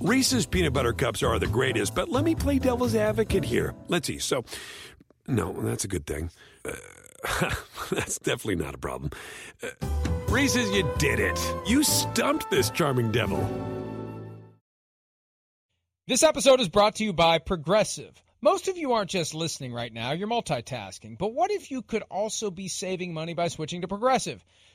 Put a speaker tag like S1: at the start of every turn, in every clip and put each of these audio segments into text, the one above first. S1: Reese's peanut butter cups are the greatest, but let me play devil's advocate here. Let's see. So, no, that's a good thing. Uh, that's definitely not a problem. Uh, Reese's, you did it. You stumped this charming devil.
S2: This episode is brought to you by Progressive. Most of you aren't just listening right now, you're multitasking. But what if you could also be saving money by switching to Progressive?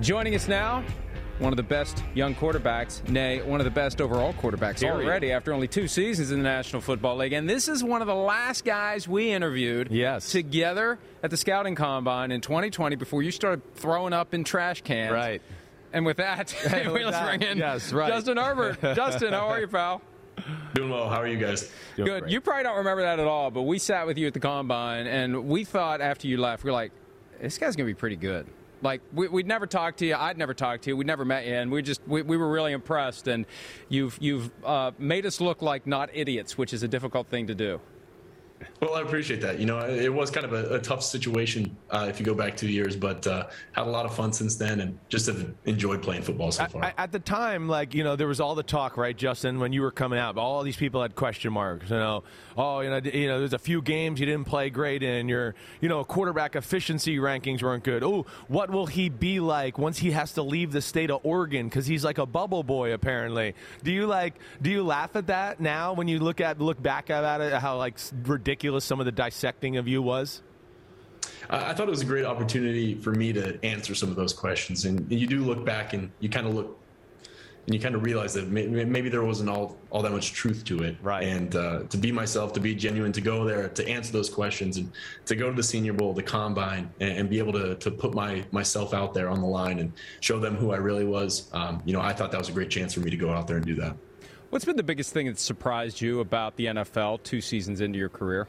S2: Joining us now, one of the best young quarterbacks, nay, one of the best overall quarterbacks
S3: Period.
S2: already after only two seasons in the National Football League. And this is one of the last guys we interviewed
S3: Yes.
S2: together at the scouting combine in 2020 before you started throwing up in trash cans.
S3: Right.
S2: And with that,
S3: And with
S2: let's
S3: that,
S2: bring in
S3: yes, right.
S2: Justin Herbert. Justin, how are you, pal?
S4: Doing well. How are you guys?
S2: Good. You probably don't remember that at all, but we sat with you at the combine, and we thought after you left, we are like, this guy's gonna be pretty good. Like we, we'd never talked to you, I'd never talked to you, we'd never met you, and we just we, we were really impressed. And you've you've uh, made us look like not idiots, which is a difficult thing to do.
S4: Well, I appreciate that. You know, it was kind of a, a tough situation uh, if you go back two years, but uh, had a lot of fun since then, and just have enjoyed playing football so far.
S3: I, at the time, like you know, there was all the talk, right, Justin, when you were coming out. All these people had question marks. You know, oh, you know, d- you know, there's a few games you didn't play great in. Your, you know, quarterback efficiency rankings weren't good. Oh, what will he be like once he has to leave the state of Oregon because he's like a bubble boy apparently? Do you like? Do you laugh at that now when you look at look back at it? How like s- ridiculous some of the dissecting of you was?
S4: I I thought it was a great opportunity for me to answer some of those questions. And you do look back and you kind of look and you kind of realize that may- may- maybe there wasn't all, all that much truth to it.
S3: Right.
S4: And uh, to be myself, to be genuine, to go there, to answer those questions, and to go to the Senior Bowl, the combine, and, and be able to, to put my myself out there on the line and show them who I really was. Um, you know, I thought that was a great chance for me to go out there and do that.
S2: What's been the biggest thing that surprised you about the NFL two seasons into your career?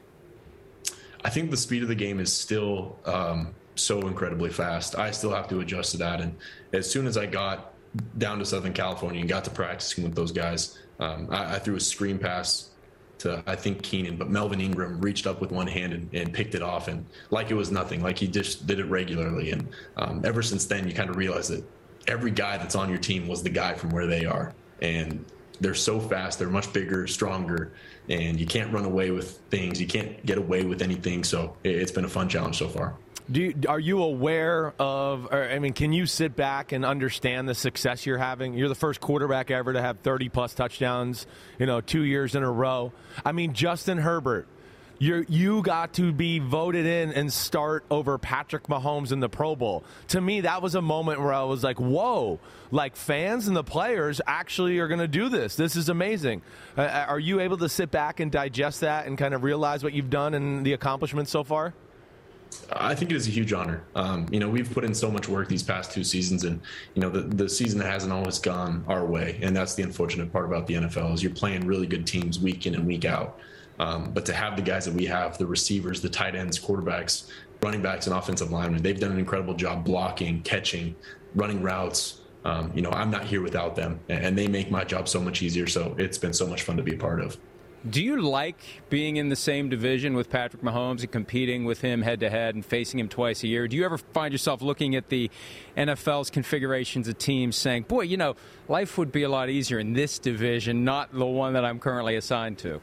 S4: I think the speed of the game is still um, so incredibly fast. I still have to adjust to that. And as soon as I got down to Southern California and got to practicing with those guys, um, I, I threw a screen pass to I think Keenan, but Melvin Ingram reached up with one hand and, and picked it off, and like it was nothing, like he just did it regularly. And um, ever since then, you kind of realize that every guy that's on your team was the guy from where they are, and they're so fast, they're much bigger, stronger, and you can't run away with things. You can't get away with anything. So it, it's been a fun challenge so far.
S3: Do you, are you aware of? Or, I mean, can you sit back and understand the success you're having? You're the first quarterback ever to have 30 plus touchdowns, you know, two years in a row. I mean, Justin Herbert, you you got to be voted in and start over Patrick Mahomes in the Pro Bowl. To me, that was a moment where I was like, "Whoa!" Like fans and the players actually are going to do this. This is amazing. Uh, are you able to sit back and digest that and kind of realize what you've done and the accomplishments so far?
S4: I think it is a huge honor. Um, you know, we've put in so much work these past two seasons, and you know, the, the season hasn't always gone our way, and that's the unfortunate part about the NFL is you're playing really good teams week in and week out. Um, but to have the guys that we have, the receivers, the tight ends, quarterbacks, running backs, and offensive linemen, they've done an incredible job blocking, catching, running routes. Um, you know, I'm not here without them, and and they make my job so much easier. So it's been so much fun to be a part of.
S2: Do you like being in the same division with Patrick Mahomes and competing with him head to head and facing him twice a year? Do you ever find yourself looking at the NFL's configurations of teams saying, boy, you know, life would be a lot easier in this division, not the one that I'm currently assigned to?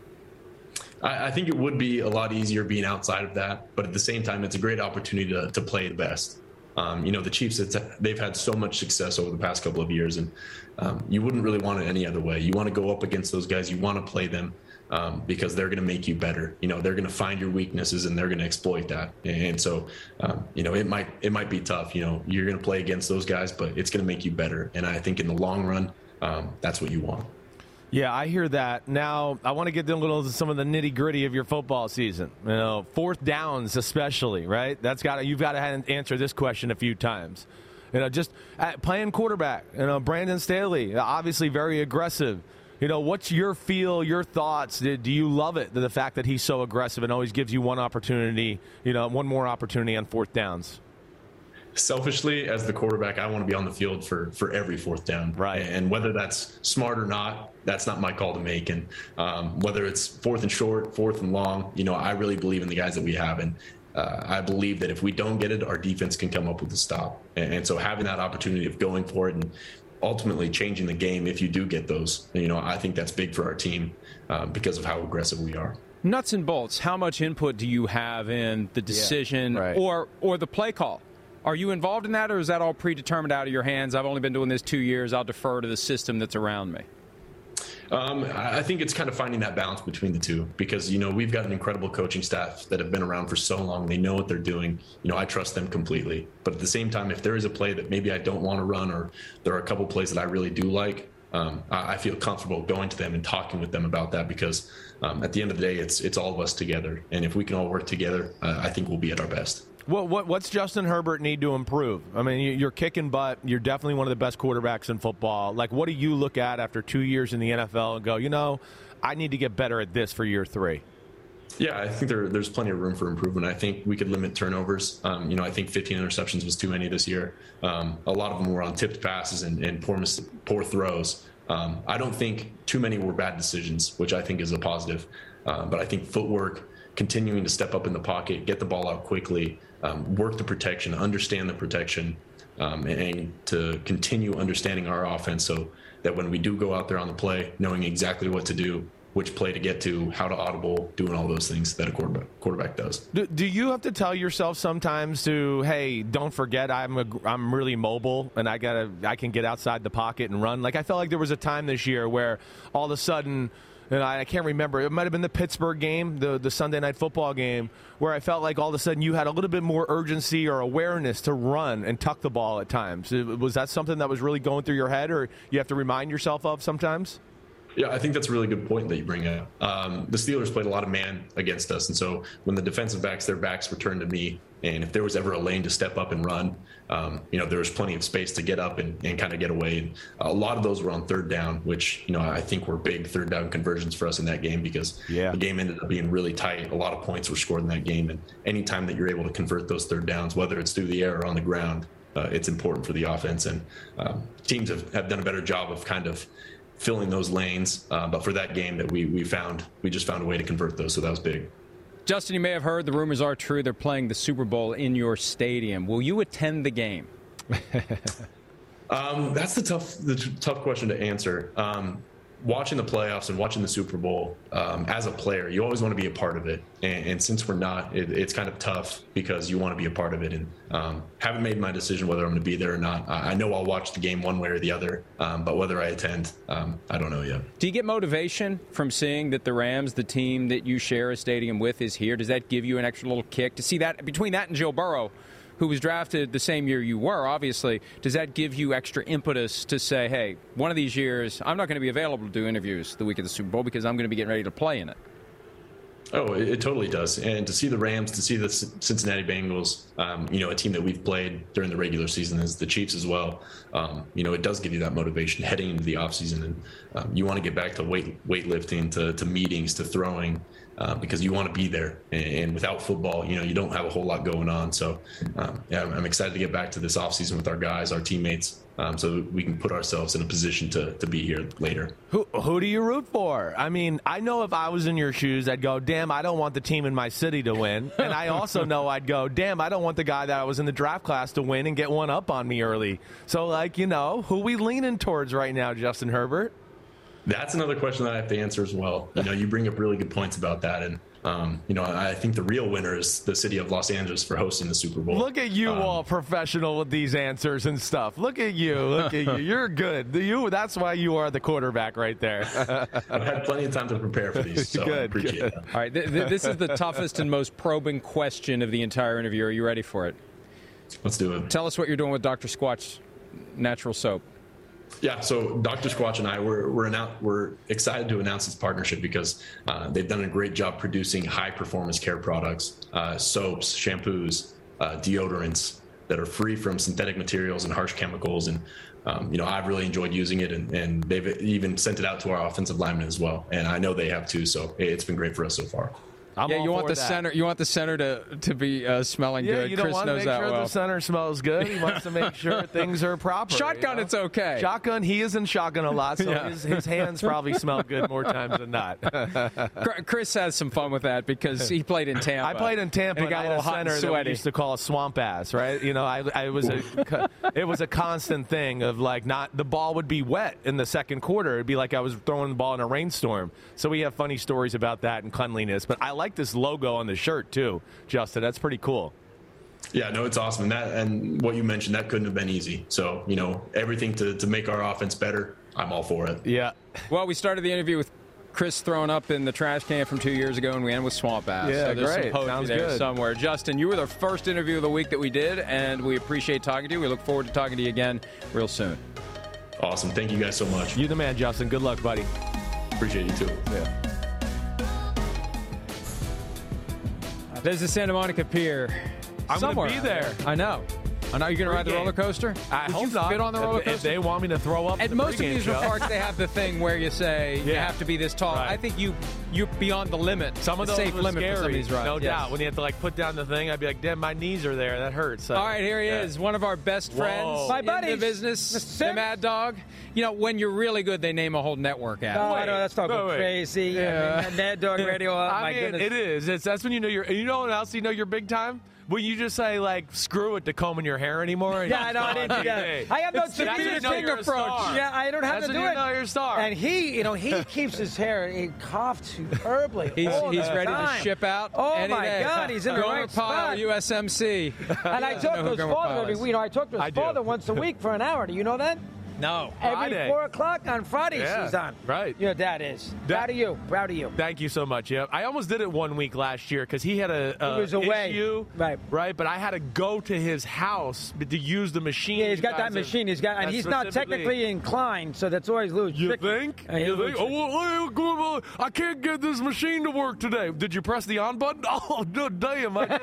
S4: I, I think it would be a lot easier being outside of that, but at the same time, it's a great opportunity to, to play the best. Um, you know, the Chiefs, it's, they've had so much success over the past couple of years, and um, you wouldn't really want it any other way. You want to go up against those guys, you want to play them. Um, because they're going to make you better. You know, they're going to find your weaknesses and they're going to exploit that. And so, um, you know, it might it might be tough. You know, you're going to play against those guys, but it's going to make you better. And I think in the long run, um, that's what you want.
S3: Yeah, I hear that. Now I want to get a little into some of the nitty gritty of your football season. You know, fourth downs especially, right? That's got to, you've got to answer this question a few times. You know, just at, playing quarterback. You know, Brandon Staley, obviously very aggressive. You know, what's your feel, your thoughts? Do you love it, the fact that he's so aggressive and always gives you one opportunity, you know, one more opportunity on fourth downs?
S4: Selfishly, as the quarterback, I want to be on the field for for every fourth down.
S3: Right.
S4: And whether that's smart or not, that's not my call to make. And um, whether it's fourth and short, fourth and long, you know, I really believe in the guys that we have. And uh, I believe that if we don't get it, our defense can come up with a stop. And, and so having that opportunity of going for it and ultimately changing the game if you do get those. You know, I think that's big for our team um, because of how aggressive we are.
S2: Nuts and bolts. How much input do you have in the decision
S3: Yeah, right.
S2: or or the play call? Are you involved in that, or is that all predetermined out of your hands? I've only been doing this two years. I'll defer to the system that's around me.
S4: Um, I I think it's kind of finding that balance between the two because you know we've got an incredible coaching staff that have been around for so long. They know what they're doing. You know, I trust them completely. But at the same time, if there is a play that maybe I don't want to run, or there are a couple plays that I really do like, um, I, I feel comfortable going to them and talking with them about that because um, at the end of the day, it's it's all of us together. And if we can all work together, uh, I think we'll be at our best.
S3: What, what what's Justin Herbert need to improve? I mean, you- you're kicking butt. You're definitely one of the best quarterbacks in football. Like, what do you look at after two years in the NFL and go, you know, I need to get better at this for year three?
S4: Yeah, I think there, there's plenty of room for improvement. I think we could limit turnovers. Um, you know, I think 15 interceptions was too many this year. Um, a lot of them were on tipped passes and, and poor, mis- poor throws. Um, I don't think too many were bad decisions, which I think is a positive. Uh, but I think footwork, continuing to step up in the pocket, get the ball out quickly, um, work the protection, understand the protection, um, and, and to continue understanding our offense so that when we do go out there on the play, knowing exactly what to do, which play to get to, how to audible, doing all those things that a quarterback, quarterback does.
S3: Do, do you have to tell yourself sometimes to, hey, don't forget I'm a, I'm really mobile and I gotta I can get outside the pocket and run. Like I felt like there was a time this year where all of a sudden. And I I can't remember. It might have been the Pittsburgh game, the, the Sunday night football game, where I felt like all of a sudden you had a little bit more urgency or awareness to run and tuck the ball at times. Uh, Was that something that was really going through your head, or you have to remind yourself of sometimes?
S4: Yeah, I think that's a really good point that you bring up. Um, the Steelers played a lot of man against us, and so when the defensive backs, their backs were turned to me, and if there was ever a lane to step up and run, um, you know, there was plenty of space to get up and, and kind of get away. And a lot of those were on third down, which you know I think were big third down conversions for us in that game because
S3: Yeah.
S4: the game ended up being really tight. A lot of points were scored in that game, and anytime that you're able to convert those third downs, whether it's through the air or on the ground. Uh, it's important for the offense, and um, teams have, have done a better job of kind of filling those lanes. Uh, but for that game that we we found, we just found a way to convert those, so that was big.
S2: Justin, you may have heard the rumors are true. They're playing the Super Bowl in your stadium. Will you attend the game?
S4: Um, that's the tough the t- tough question to answer. Um, watching the playoffs and watching the Super Bowl um, as a player, you always want to be a part of it. And, and since we're not, it, it's kind of tough because you want to be a part of it. And um, haven't made my decision whether I'm going to be there or not. I, I know I'll watch the game one way or the other, um, but whether I attend, um, I don't know yet.
S2: Do you get motivation from seeing that the Rams, the team that you share a stadium with, is here? Does that give you an extra little kick to see that between that and Joe Burrow, who was drafted the same year you were? Obviously, does that give you extra impetus to say, "Hey, one of these years, I'm not going to be available to do interviews the week of the Super Bowl because I'm going to be getting ready to play in it."
S4: Oh, it, it totally does. And to see the Rams, to see the C- Cincinnati Bengals, um, you know, a team that we've played during the regular season is the Chiefs as well. Um, you know, it does give you that motivation heading into the offseason. And um, you want to get back to weight weightlifting, to, to meetings, to throwing, uh, because you want to be there. And, and without football, you know, you don't have a whole lot going on. So um, yeah, I'm, I'm excited to get back to this offseason with our guys, our teammates, um, so we can put ourselves in a position to, to be here later.
S3: Who who do you root for? I mean, I know if I was in your shoes, I'd go, "Damn, I don't want the team in my city to win." And I also know I'd go, "Damn, I don't want the guy that I was in the draft class to win and get one up on me early." So like, you know, who we leaning towards right now, Justin Herbert?
S4: That's another question that I have to answer as well. You know, you bring up really good points about that, and um, you know, I, I think the real winner is the city of Los Angeles for hosting the Super Bowl.
S3: Look at you all professional with these answers and stuff. Look at you. Look at you. You're good. You that's why you are the quarterback right there.
S4: I've had plenty of time to prepare for these, so I
S3: Good,
S4: appreciate
S3: good.
S4: that.
S2: All right, th- th- this is the toughest and most probing question of the entire interview. Are you ready for it?
S4: Let's do it.
S2: Tell us what you're doing with Dr. Squatch Natural Soap.
S4: Yeah, so Dr. Squatch and I we're we're, annou- we're excited to announce this partnership because uh, they've done a great job producing high performance care products, uh, soaps, shampoos, uh, deodorants that are free from synthetic materials and harsh chemicals. And um, you know, I've really enjoyed using it, and, and they've even sent it out to our offensive linemen as well. And I know they have too, so it- it's been great for us so far.
S3: I'm
S2: yeah,
S3: all
S2: you want
S3: for
S2: the
S3: that.
S2: center. You want the center to to be uh, smelling
S3: Yeah,
S2: good.
S3: you don't
S2: Chris
S3: want to
S2: knows
S3: make
S2: that
S3: sure
S2: well.
S3: the center smells good. He wants to make sure things are proper. you
S2: Shotgun,
S3: know?
S2: it's okay.
S3: Shotgun, he is in shotgun a lot, so
S2: Yeah.
S3: his, his hands probably smell good more times than not.
S2: Cr- Chris has some fun with that because he played in Tampa.
S3: I played in Tampa.
S2: And he got
S3: I
S2: a
S3: had
S2: little hot
S3: center
S2: and
S3: that we
S2: sweaty.
S3: used to call a swamp ass, right? You know, I, I was a, co- it was a constant thing of like not the ball would be wet in the second quarter. It'd be like I was throwing the ball in a rainstorm. So we have funny stories about that and cleanliness. But I like this logo on the shirt too, Justin. That's pretty cool.
S4: Yeah, no, it's awesome, and that and what you mentioned that couldn't have been easy. So you know, everything to to make our offense better, I'm all for it.
S3: Yeah.
S2: Well, we started the interview with Chris thrown up in the trash can from two years ago, and we end with swamp ass.
S3: Yeah,
S2: so there's
S3: great.
S2: some poetry
S3: Sounds
S2: there
S3: good.
S2: somewhere. Justin, you were the first interview of the week that we did, and we appreciate talking to you. We look forward to talking to you again real soon.
S4: Awesome, thank you guys so much.
S3: You the man, Justin. Good luck, buddy.
S4: Appreciate you too.
S2: There's the Santa Monica Pier.
S3: I'm gonna
S2: Somewhere
S3: be
S2: out
S3: there.
S2: I know. I know you're going to ride the
S3: Pregame.
S2: roller coaster.
S3: I
S2: Would
S3: hope
S2: you
S3: not.
S2: fit on the
S3: If-
S2: roller
S3: if,
S2: coaster?
S3: they want me to throw up.
S2: At
S3: the
S2: most of
S3: pregame
S2: these
S3: show,
S2: parks, they have the thing where you say you
S3: Yeah.
S2: have to be this tall.
S3: Right.
S2: I think you you're beyond the limit.
S3: Some of
S2: the
S3: those
S2: safe
S3: were
S2: limit
S3: scary,
S2: for some of these rides.
S3: no
S2: yes.
S3: doubt. When you have to like put down the thing, I'd be like, "Damn, my knees are there. That hurts." So,
S2: All right, here he
S3: yeah.
S2: is, one of our best friends
S3: My
S2: in the
S5: buddies,
S2: business,
S5: the
S2: the
S5: Sims.
S2: Mad Dog. You know, when you're really good, they name a whole network after.
S5: Oh,
S3: Wait,
S5: I know that's talking
S3: wait, wait.
S5: crazy.
S2: Yeah.
S5: I mean, Mad Dog Radio. Oh,
S3: I
S5: my
S3: mean,
S5: goodness.
S3: it is. It's that's when you know you're. You know what else? You know you're big time when you just say like, "Screw it," to combing your hair anymore. and
S5: Yeah,
S3: you
S5: I know. I
S3: just
S5: didn't do
S3: go on
S5: that.
S3: TV.
S5: I have no
S3: That's when you
S5: TV
S3: know you're a
S5: approach.
S3: star.
S5: Yeah, I don't have
S3: That's
S5: to do
S3: when
S5: it.
S3: you know you're a star.
S5: And he, you know, he keeps his hair. He coughs superbly.
S2: He's,
S5: all
S2: he's
S5: the
S2: ready
S5: time.
S2: to ship out.
S5: Oh
S2: any
S5: my
S2: day.
S5: God, he's in the
S2: Gomer
S5: right
S2: Pyle,
S5: spot.
S2: USMC.
S5: And I
S2: He doesn't know
S5: talk to
S2: who
S5: his
S2: Gomer
S5: father
S2: Pyle
S5: every
S2: is.
S5: week. You know, I talk to
S3: I
S5: his
S3: do.
S5: father once a week for an hour. Do you know that?
S2: No.
S5: Every
S3: Friday.
S5: four o'clock on Fridays,
S3: Yeah,
S5: he's on.
S3: right.
S5: You know, Dad is.
S3: That-
S5: Proud of you. Proud of you.
S3: Thank you so much. Yeah, I almost did it one week last year because he had a, a
S5: He was away.
S3: issue,
S5: Right.
S3: Right, but I had to go to his house to use the machine.
S5: Yeah, he's
S3: you
S5: got
S3: guys
S5: that
S3: have-
S5: machine. He's got, and
S3: that
S5: he's not
S3: specifically-
S5: technically inclined, so that's always lose.
S3: You think?
S5: Uh, he
S3: You
S5: looks
S3: think? Oh, well, well, good, well, I can't get this machine to work today. Did you press the on button? Oh, no, damn, I did.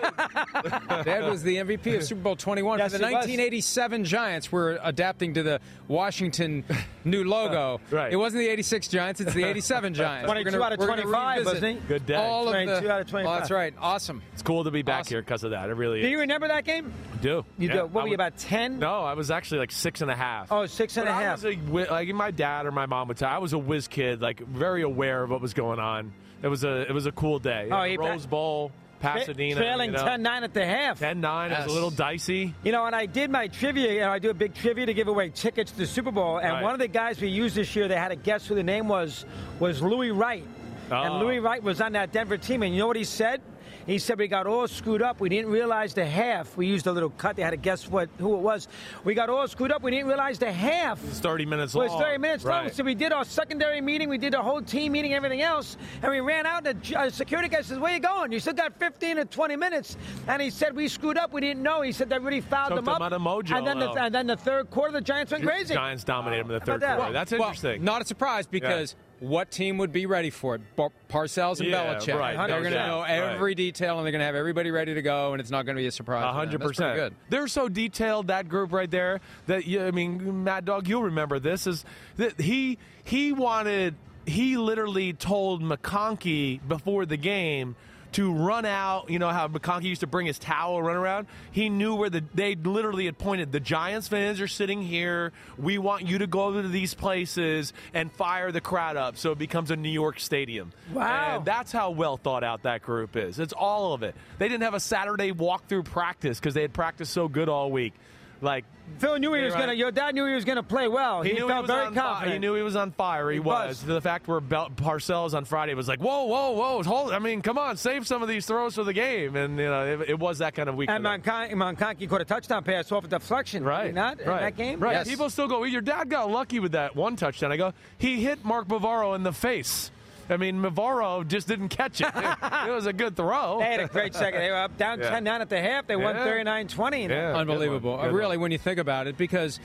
S2: Dad was the MVP of Super Bowl 21
S5: Yes,
S2: for the
S5: he was.
S2: 1987 Giants. We're adapting to the Washington new logo.
S3: Right.
S2: It wasn't the 86 Giants. It's the 87 Giants. We're
S5: 22
S2: gonna-
S5: out of
S2: we're gonna
S5: 25,
S2: revisit
S5: wasn't he?
S3: Good day.
S2: All of the-
S5: 22 out of
S2: Oh, that's
S5: 25.
S2: right. Awesome.
S3: it's cool to be back
S2: Awesome.
S3: here because of that. It really
S5: Do
S3: is.
S5: you remember that game?
S3: do.
S5: You
S3: Oh, Yeah,
S5: do. What
S3: I
S5: were
S3: was-
S5: you about ten?
S3: No, I was actually like six and a half.
S5: Oh, six and
S3: But
S5: a
S3: I
S5: half.
S3: was a wi- like my dad or my mom would say I was a whiz kid, like very aware of what was going on. It was a it was a cool day.
S5: Oh,
S3: Yeah,
S5: he-
S3: Rose Bowl,
S5: Fa-
S3: Pasadena,
S5: Trailing
S3: you know,
S5: 10 9 at the half.
S3: 10-9. It was
S2: Yes.
S3: a little dicey.
S5: You know, and I did my trivia. You know, I do a big trivia to give away tickets to the Super Bowl. And
S3: Right.
S5: one of the guys we used this year, they had to guess who the name was, was Louis Wright.
S3: Oh.
S5: And Louis Wright was on that Denver team. And you know what he said? He said we got all screwed up. We didn't realize the half. We used a little cut. They had to guess what who it was. We got all screwed up. We didn't realize the half.
S3: It's thirty minutes
S5: Well,
S3: long.
S5: it's 30 minutes long,
S3: Right.
S5: so we did our secondary meeting, we did the whole team meeting, everything else, and we ran out, and the ju- uh, security guy says, where you going? You still got 15 or 20 minutes. And he said, we screwed up, we didn't know. He said that really fouled
S3: Took
S5: them
S3: them
S5: up.
S3: out of mojo,
S5: and, then the,
S3: though.
S5: and then the third quarter, the Giants went crazy.
S3: Giants dominated them in the
S5: How
S3: third
S5: about that?
S3: quarter. That's
S2: Well,
S3: interesting.
S2: not a surprise because what team would be ready for it? Bar- Parcells and
S3: Yeah,
S2: Belichick.
S3: right,
S2: They're
S5: no
S2: going to
S5: doubt,
S2: know
S3: right.
S2: every detail and they're going to have everybody ready to go, and it's not going to be a surprise. for
S3: A
S2: them.
S3: hundred
S2: That's pretty
S3: percent.
S2: Good.
S3: They're so detailed that group right there. That you, I mean, Mad Dog, you'll remember this is that he he wanted he literally told McConkey before the game to run out. You know how McConkey used to bring his towel, run around. He knew where the they literally had pointed. The Giants fans are sitting here. We want you to go to these places and fire the crowd up, so it becomes a New York stadium.
S5: Wow.
S3: And that's how well thought out that group is. It's all of it. They didn't have a Saturday walkthrough practice because they had practiced so good all week. Like
S5: Phil knew he was
S3: Right.
S5: gonna. Your dad knew he was gonna play well. He,
S3: knew
S5: felt
S3: was
S5: very
S3: on fi-
S5: confident.
S3: He knew he was on fire. He,
S5: He
S3: was.
S5: was.
S3: The fact we're Bel- Parcells on Friday was like, whoa, whoa, whoa, hold. I mean, come on, save some of these throws for the game. And you know, it, it was that kind of week.
S5: And
S3: for them.
S5: Moncon- Monconkie caught a touchdown pass off a deflection. did he
S3: Right. right.
S5: Not in that game.
S3: Right.
S2: Yes.
S3: People still go, well, your dad got lucky with that one touchdown. I go, he hit Mark Bavaro in the face. I mean, Bavaro just didn't catch it. it was a good throw.
S5: They had a great second. They were up down
S3: Yeah.
S5: 10 9 at the half. They won
S3: Yeah.
S5: 39 20.
S3: Yeah, good
S2: Unbelievable.
S3: one, good
S2: really,
S3: one.
S2: when you think about it, because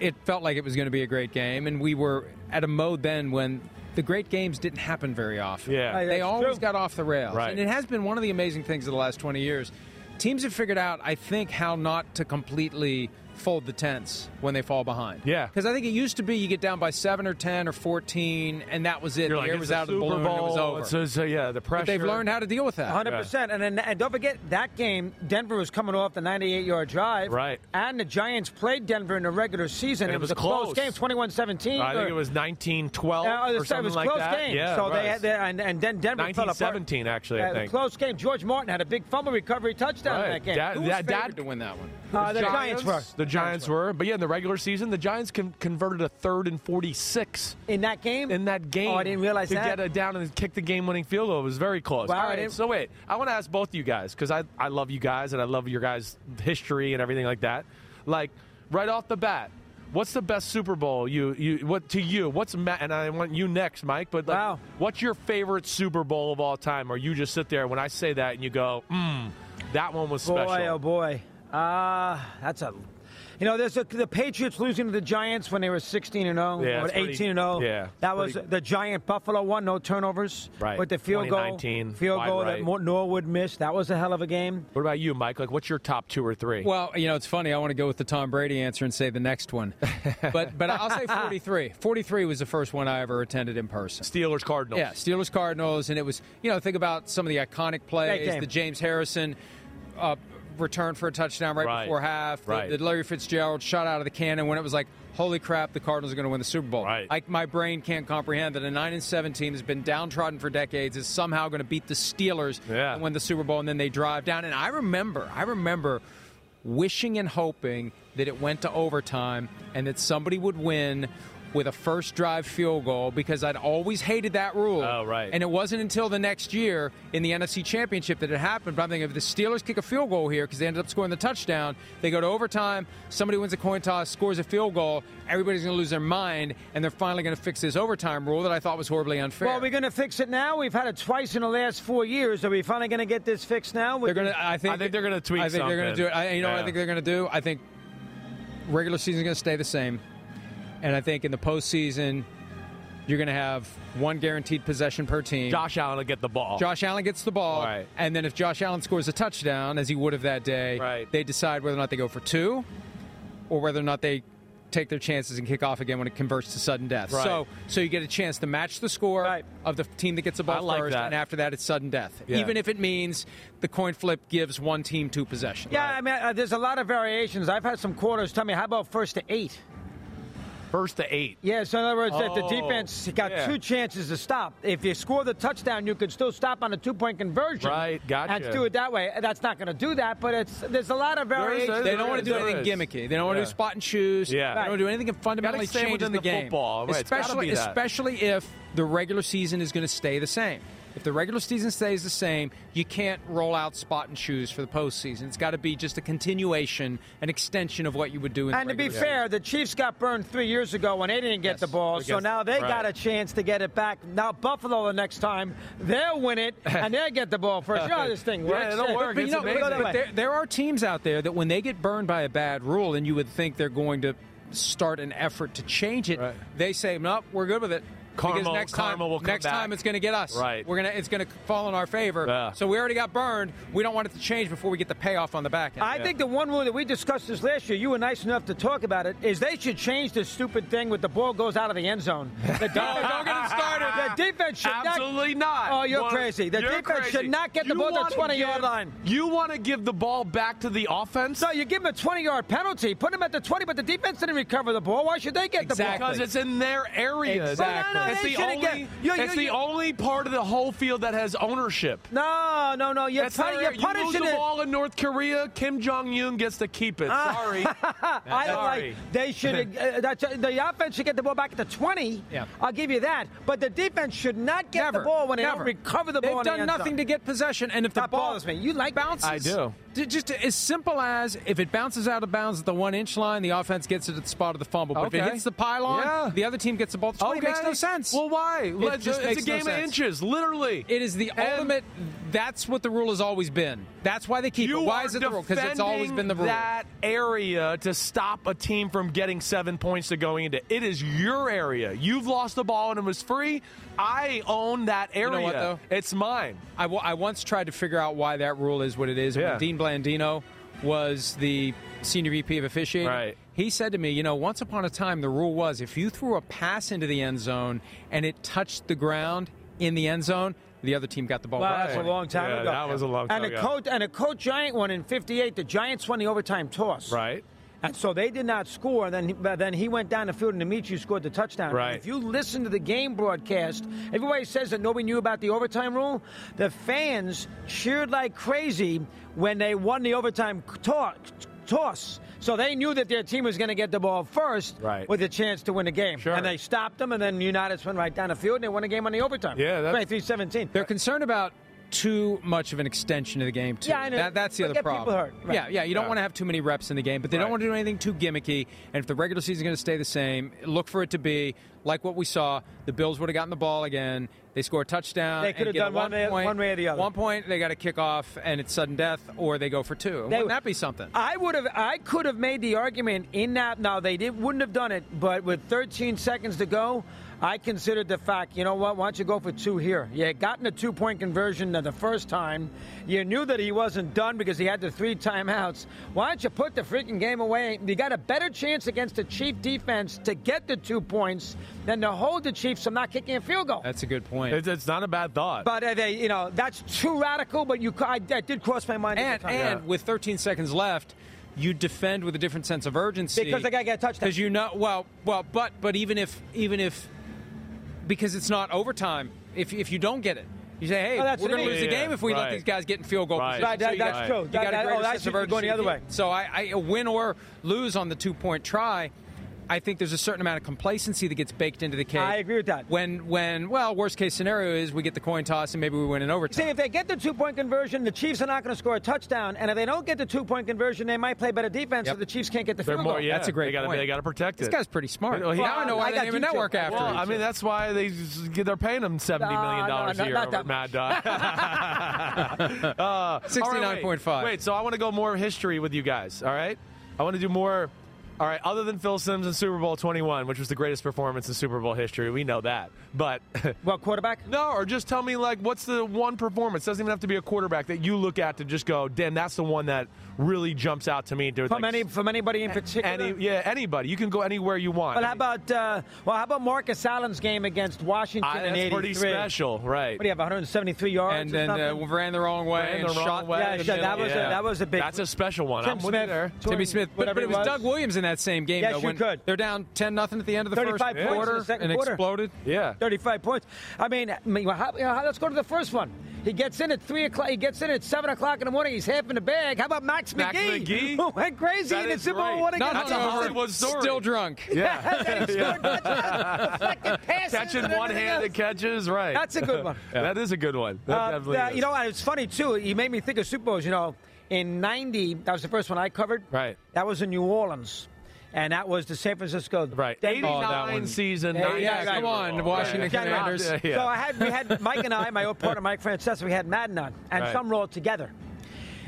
S2: it felt like it was going to be a great game, and we were at a mode then when the great games didn't happen very often.
S3: Yeah. Hey,
S2: they
S5: that's
S2: always
S5: true.
S2: got off the rails,
S3: Right.
S2: and it has been one of the amazing things of the last twenty years. Teams have figured out, I think, how not to completely fold the tents when they fall behind.
S3: Yeah.
S2: because I think it used to be you get down by seven or ten or fourteen, and that was it.
S3: You're
S2: the
S3: like,
S2: air
S3: it's
S2: was
S3: the
S2: out of the
S3: Super
S2: balloon, and it was
S3: Bowl.
S2: over.
S3: So, so, yeah, the pressure.
S2: but they've learned how to deal with that.
S5: 100%. And then, and don't forget, that game, Denver was coming off the 98 yard drive.
S3: Right.
S5: And the Giants played Denver in the regular season.
S3: And
S5: it, was, a close, game, 21 17.
S3: I think it was 1912 or something
S5: it uh, was a
S3: like
S5: close
S3: that.
S5: game.
S3: Yeah,
S5: so
S3: it
S5: they
S3: was.
S5: had, they, and, and then Denver fell apart.
S3: 1917 actually,
S5: Yeah,
S3: I
S5: it was a
S3: think.
S5: close game. George Martin had a big fumble recovery touchdown in
S3: Right.
S5: that game.
S3: That-
S2: Who was
S3: that-
S2: favored
S3: that-
S2: to win that one?
S5: Uh, the Giants were
S3: The Giants were, but yeah, in the regular season, the Giants con- converted a third and 46
S5: in that game.
S3: in that game.
S5: Oh, I didn't realize
S3: to
S5: that.
S3: get a down and kick the game-winning field goal. It was very close.
S5: Wow, I
S3: All right,
S5: didn't-
S3: so wait, I want to ask both of you guys because I I love you guys and I love your guys' history and everything like that. Like right off the bat, what's the best Super Bowl you you what to you? What's ma- and I want you next, Mike. But like,
S5: Wow.
S3: what's your favorite Super Bowl of all time? Or you just sit there when I say that and you go, mm, that one was special.
S5: Boy, oh boy. Uh, that's a. You know, there's a, the Patriots losing to the Giants when they were 16 and 0
S3: Yeah,
S5: or
S3: it's
S5: 18
S3: pretty-
S5: and 0.
S3: yeah,
S5: that
S3: it's
S5: was
S3: pretty-
S5: the Giant Buffalo one, no turnovers.
S3: Right,
S5: With the field goal,
S3: 2019,
S5: field
S3: wide
S5: goal that
S3: right.
S5: Mo- Norwood missed. That was a hell of a game.
S3: What about you, Mike? Like, what's your top two or three?
S2: Well, you know, it's funny. I want to go with the Tom Brady answer and say the next one. But but I'll say 43. 43 was the first one I ever attended in person.
S3: Steelers Cardinals.
S2: Yeah, Steelers Cardinals and it was, you know, think about some of the iconic
S5: Great
S2: plays,
S5: game.
S2: the James Harrison uh, return for a touchdown right,
S3: Right.
S2: before half, the,
S3: Right.
S2: the Larry Fitzgerald shot out of the cannon when it was like Holy crap! The Cardinals are going to win the Super Bowl.
S3: Right.
S2: Like my brain can't comprehend that a nine and seven team has been downtrodden for decades is somehow going to beat the Steelers
S3: Yeah.
S2: and win the Super Bowl, and then they drive down. And I remember, I remember wishing and hoping that it went to overtime and that somebody would win with a first drive field goal because I'd always hated that rule.
S3: Oh, right.
S2: And it wasn't until the next year in the NFC Championship that it happened. But I'm thinking if the Steelers kick a field goal here because they ended up scoring the touchdown, they go to overtime, somebody wins a coin toss, scores a field goal, everybody's going to lose their mind, and they're finally going to fix this overtime rule that I thought was horribly unfair.
S5: Well, we're going to fix it now. We've had it twice in the last four years. Are we finally going to get this fixed now?
S2: They're gonna. I think.
S3: I think they're gonna tweak
S2: I think they're gonna
S3: something.
S2: do it. I, you know what
S3: Yeah.
S2: I think they're gonna do? I think regular season's gonna stay the same, and I think in the postseason you're gonna have one guaranteed possession per team.
S3: Josh Allen will get the ball.
S2: Josh Allen gets the ball,
S3: Right.
S2: and then if Josh Allen scores a touchdown, as he would have that day,
S3: Right.
S2: they decide whether or not they go for two, or whether or not they take their chances and kick off again when it converts to sudden death.
S3: Right.
S2: So, so you get a chance to match the score
S5: Right.
S2: of the team that gets the ball
S3: I like
S2: first,
S3: that.
S2: and after that, it's sudden death.
S3: Yeah.
S2: Even if it means the coin flip gives one team two possessions.
S5: yeah, I mean, uh, there's a lot of variations. I've had some quarters tell me, how about first to eight?
S3: First to eight.
S5: Yeah, so in other words, that the
S3: Oh,
S5: defense got
S3: yeah.
S5: two chances to stop. If you score the touchdown, you can still stop on a two-point conversion.
S3: Right, gotcha.
S5: And do it that way. That's not going to do that, but it's there's a lot of
S3: is,
S5: variations.
S3: there is.
S2: They don't want to do
S3: There
S2: anything
S3: is.
S2: gimmicky. They don't want to
S3: Yeah.
S2: do spot and choose.
S3: Yeah.
S2: They don't want to do anything that fundamentally
S3: Gotta stay
S2: changes
S3: within
S2: the
S3: the
S2: game.
S3: football. Right, it's gotta
S2: Especially,
S3: be that.
S2: especially if the regular season is going to stay the same. If the regular season stays the same, you can't roll out spot and choose for the postseason. It's got to be just a continuation, an extension of what you would do. in
S5: and
S2: the
S5: to be
S2: regular
S5: fair, the Chiefs got burned three years ago when they didn't get
S2: Yes,
S5: the ball, so
S3: against-
S5: now they
S3: right.
S5: got a chance to get it back. Now Buffalo the next time they'll win it and they'll get the ball first. You know how this thing
S3: Yeah,
S5: works.
S3: it'll work.
S2: But,
S3: It's
S2: you know,
S3: amazing.
S2: but- but
S5: Right.
S2: there, there are teams out there that when they get burned by a bad rule, and you would think they're going to start an effort to change it,
S3: Right.
S2: they say, "Nope, we're good with it."
S3: Karma-
S2: because next time,
S3: karma will come
S2: next
S3: back.
S2: time it's going to get us.
S3: Right.
S2: We're gonna, it's going to fall in our favor.
S3: Yeah.
S2: So we already got burned. We don't want it to change before we get the payoff on the back end.
S5: I think the one rule that we discussed this last year, you were nice enough to talk about it, is they should change this stupid thing with the ball goes out of the end zone. The defense,
S2: don't get him started.
S5: The defense should
S3: Absolutely not.
S5: Oh, you're
S3: Well,
S5: crazy. The
S3: you're
S5: defense
S3: crazy.
S5: should not get the
S3: You
S5: ball to
S3: wanna
S5: 20 yard
S3: give-
S5: line.
S3: You want to give the ball back to the offense?
S5: So you give them a 20 yard penalty, put them at the 20, but the defense didn't recover the ball. Why should they get
S2: Exactly.
S5: the ball?
S3: Because it's in their area.
S5: Well, no, no,
S3: That's the
S5: elimination again.
S3: only.
S5: You- you-
S3: That's the
S5: you-
S3: only part of the whole field that has ownership.
S5: No, no, no. You're,
S3: That's not
S5: pun- you're
S3: right. You lose
S5: punishing
S3: the
S5: it. Ah.
S3: ball in North Korea. Kim Jong Un gets to keep it. Sorry.
S5: I don't
S3: Sorry.
S5: like. They should. Uh, that's, the offense should get the ball back at the 20.
S2: Yeah.
S5: I'll give you that. But the defense should not get
S2: Never.
S5: the ball when they
S2: never.
S5: don't recover the ball.
S2: They've
S5: in the
S2: done
S5: end
S2: nothing
S5: zone.
S2: to get possession, and if
S5: That
S2: the ball
S5: bothers me. You like
S2: bounces,
S3: I do.
S2: D- Just as simple as if it bounces out of bounds at the one inch line, the offense gets it at the spot of the fumble. But if
S3: Okay.
S2: it hits the pylon,
S3: Yeah.
S2: the other team gets the ball. At the 20. It makes no
S3: Okay.
S2: sense.
S3: Well, why? Let-
S2: just
S3: it's
S2: makes
S3: a
S2: no
S3: game of
S2: sense.
S3: inches, literally.
S2: It is the
S3: And
S2: ultimate. That's what the rule has always been. That's why they keep
S3: You
S2: it. Why
S3: are
S2: is it the rule? Because it's always
S3: defending
S2: been the rule.
S3: That area to stop a team from getting seven points to go into. It is your area. You've lost the ball and it was free. I own that area.
S2: know what, though?
S3: It's mine.
S2: I, w- I once tried to figure out why that rule is what it is.
S3: Yeah.
S2: When Dean Blandino was the senior VP of officiating,
S3: Right.
S2: he said to me, you know, once upon a time the rule was if you threw a pass into the end zone and it touched the ground in the end zone, the other team got the ball.
S5: Well,
S2: back.
S5: that's a long time
S3: Yeah,
S5: ago.
S3: that was a long time
S5: and a
S3: ago.
S5: coach and a coach giant won in '58. The Giants won the overtime toss.
S3: Right.
S5: And so they did not score. Then, but then he went down the field, and Dimitri scored the touchdown.
S3: Right.
S5: If you listen to the game broadcast, everybody says that nobody knew about the overtime rule. The fans cheered like crazy when they won the overtime to- toss. So they knew that their team was going to get the ball first,
S3: Right.
S5: with a chance to win the game.
S3: Sure.
S5: And they stopped them, and then Unitas went right down the field, and they won the game on the overtime.
S3: Yeah, that's-
S5: 23-17.
S2: They're concerned about too much of an extension of the game, too.
S5: Yeah, I know.
S2: That, that's the
S5: But
S2: other
S5: get
S2: problem.
S5: people hurt. Right.
S2: Yeah, yeah. You don't
S3: Yeah.
S2: want to have too many reps in the game, but they
S3: Right.
S2: don't want to do anything too gimmicky. And if the regular season is going to stay the same, look for it to be like what we saw. The Bills would have gotten the ball again. They score a touchdown.
S5: They
S2: and
S5: could have
S2: get a
S5: done one way-
S2: point-
S5: one way or the other.
S2: One point, they got a kickoff, and it's sudden death, or they go for two. And
S5: They-
S2: Wouldn't that be something?
S5: I would have, I could have made the argument in that. Now they did, wouldn't have done it, but with 13 seconds to go, I considered the fact. You know what? Why don't you go for two here? You had gotten a two-point conversion the first time. You knew that he wasn't done because he had the three timeouts. Why don't you put the freaking game away? You got a better chance against the Chief defense to get the two points than to hold the Chiefs from not kicking a field goal.
S2: That's a good point.
S3: It's, it's not a bad thought.
S5: but uh, they, you know, that's too radical. But you, ca- I, that did cross my mind.
S2: and
S5: at the time.
S2: and with 13 seconds left, you defend with a different sense of urgency
S5: Because they gotta get a touchdown.
S2: Because you know, well, well, but but even if even if because it's not overtime, if if you don't get it, you say, hey,
S5: Oh, that's
S2: we're
S5: what
S2: going
S5: it
S2: to lose
S5: is.
S2: the
S3: Yeah,
S2: game if we
S3: right.
S2: let these guys get in field goal
S3: Right.
S2: position.
S5: Right, that-
S2: So you
S5: that's
S2: got-
S5: true.
S2: You
S5: That-
S2: got
S5: that-
S2: a greater
S5: oh, that
S2: sense of
S5: should be going
S2: urgency.
S5: the other way.
S2: So I, I a win or lose on the two point try. I think there's a certain amount of complacency that gets baked into the cake.
S5: I agree with that.
S2: When, when, well, worst case scenario is we get the coin toss and maybe we win in overtime.
S5: See, if they get the two point conversion, the Chiefs are not going to score a touchdown. And if they don't get the two point conversion, they might play better defense,
S2: Yep.
S5: so the Chiefs can't get the
S3: They're
S5: field
S3: more-
S5: goal.
S3: yeah.
S2: That's a great
S3: they gotta-
S2: point.
S3: they gotta protect
S2: this
S3: it.
S2: This guy's pretty smart.
S3: Well, he-
S2: now I know
S5: I
S2: why they
S5: got
S2: name a
S5: you too.
S2: network after
S3: well,
S2: him.
S3: I mean, that's why they s- they're paying him seventy million
S5: No, no,
S3: dollars
S5: no,
S3: a year
S5: not
S3: over
S5: that
S3: at Mad Dog. Uh, all right, wait.
S2: 69.5.
S3: Wait, so I want to go more history with you guys. All right, I want to do more. All right, other than Phil Simms and Super Bowl twenty one, which was the greatest performance in Super Bowl history, we know that. But
S5: Well, quarterback?
S3: no, or just tell me like what's the one performance? Doesn't even have to be a quarterback that you look at to just go, damn, that's the one that really jumps out to me. Dude,
S5: From,
S3: like,
S5: any, from anybody in particular?
S3: any, yeah, anybody. You can go anywhere you want.
S5: Well, how about uh, well, how about Marcus Allen's game against Washington
S3: I,
S5: in
S3: that's
S5: '83?
S3: pretty special, right?
S5: What do you have? 173 yards.
S2: and
S5: or
S2: then uh,
S5: something?
S2: ran the wrong way
S3: Ran
S2: and
S3: the wrong
S2: shot
S3: way.
S2: in
S5: yeah,
S2: the
S5: sure, that
S2: middle.
S5: was a,
S3: Yeah.
S5: that was a big.
S3: That's a special one. I'm
S5: Tim
S3: with you
S5: Smith,
S3: there.
S2: Timmy Smith, but,
S5: whatever
S2: but it was Doug Williams in that same game.
S5: Yes,
S2: though,
S5: you
S2: when
S5: could.
S2: They're down ten nothing at the end of the
S5: 35
S2: first
S5: points in the
S2: quarter
S5: second
S2: and
S5: quarter.
S2: exploded.
S3: Yeah.
S5: 35 points. I mean, I mean, how, you know, how- let's go to the first one. He gets in at 3 o'clock. He gets in at 7 o'clock in the morning. He's half in the bag. How about Max McGee?
S3: Max McGee?
S5: Who went crazy
S3: That
S5: in the
S3: is
S5: Super Bowl
S3: great.
S5: one
S3: No,
S2: Not
S3: That's
S5: against the
S3: a
S2: only
S5: Hawks.
S2: over,
S3: Hollywood story.
S2: Still drunk.
S3: Yeah.
S5: And he scored touchdowns, deflected passes
S3: Catching
S5: and
S3: one
S5: everything
S3: handed
S5: else.
S3: catches, right.
S5: That's a good one.
S3: That is a good one. That
S5: Uh,
S3: definitely
S5: uh,
S3: is.
S5: you know what? It's funny, too. You made me think of Super Bowls. You know, in 90, that was the first one I covered.
S3: Right.
S5: That was in New Orleans. And that was the San Francisco.
S3: Right.
S5: They-
S3: 89
S2: one.
S3: season.
S5: Yeah,
S3: 90
S5: yeah,
S3: Super
S5: come
S3: Bowl.
S2: on,
S3: Yeah,
S2: Washington
S3: yeah, yeah.
S2: Commanders.
S3: Yeah, yeah.
S5: So I had we had Mike and I, my old partner Mike Francesa, we had Madden on, and
S3: Right.
S5: some rolled together.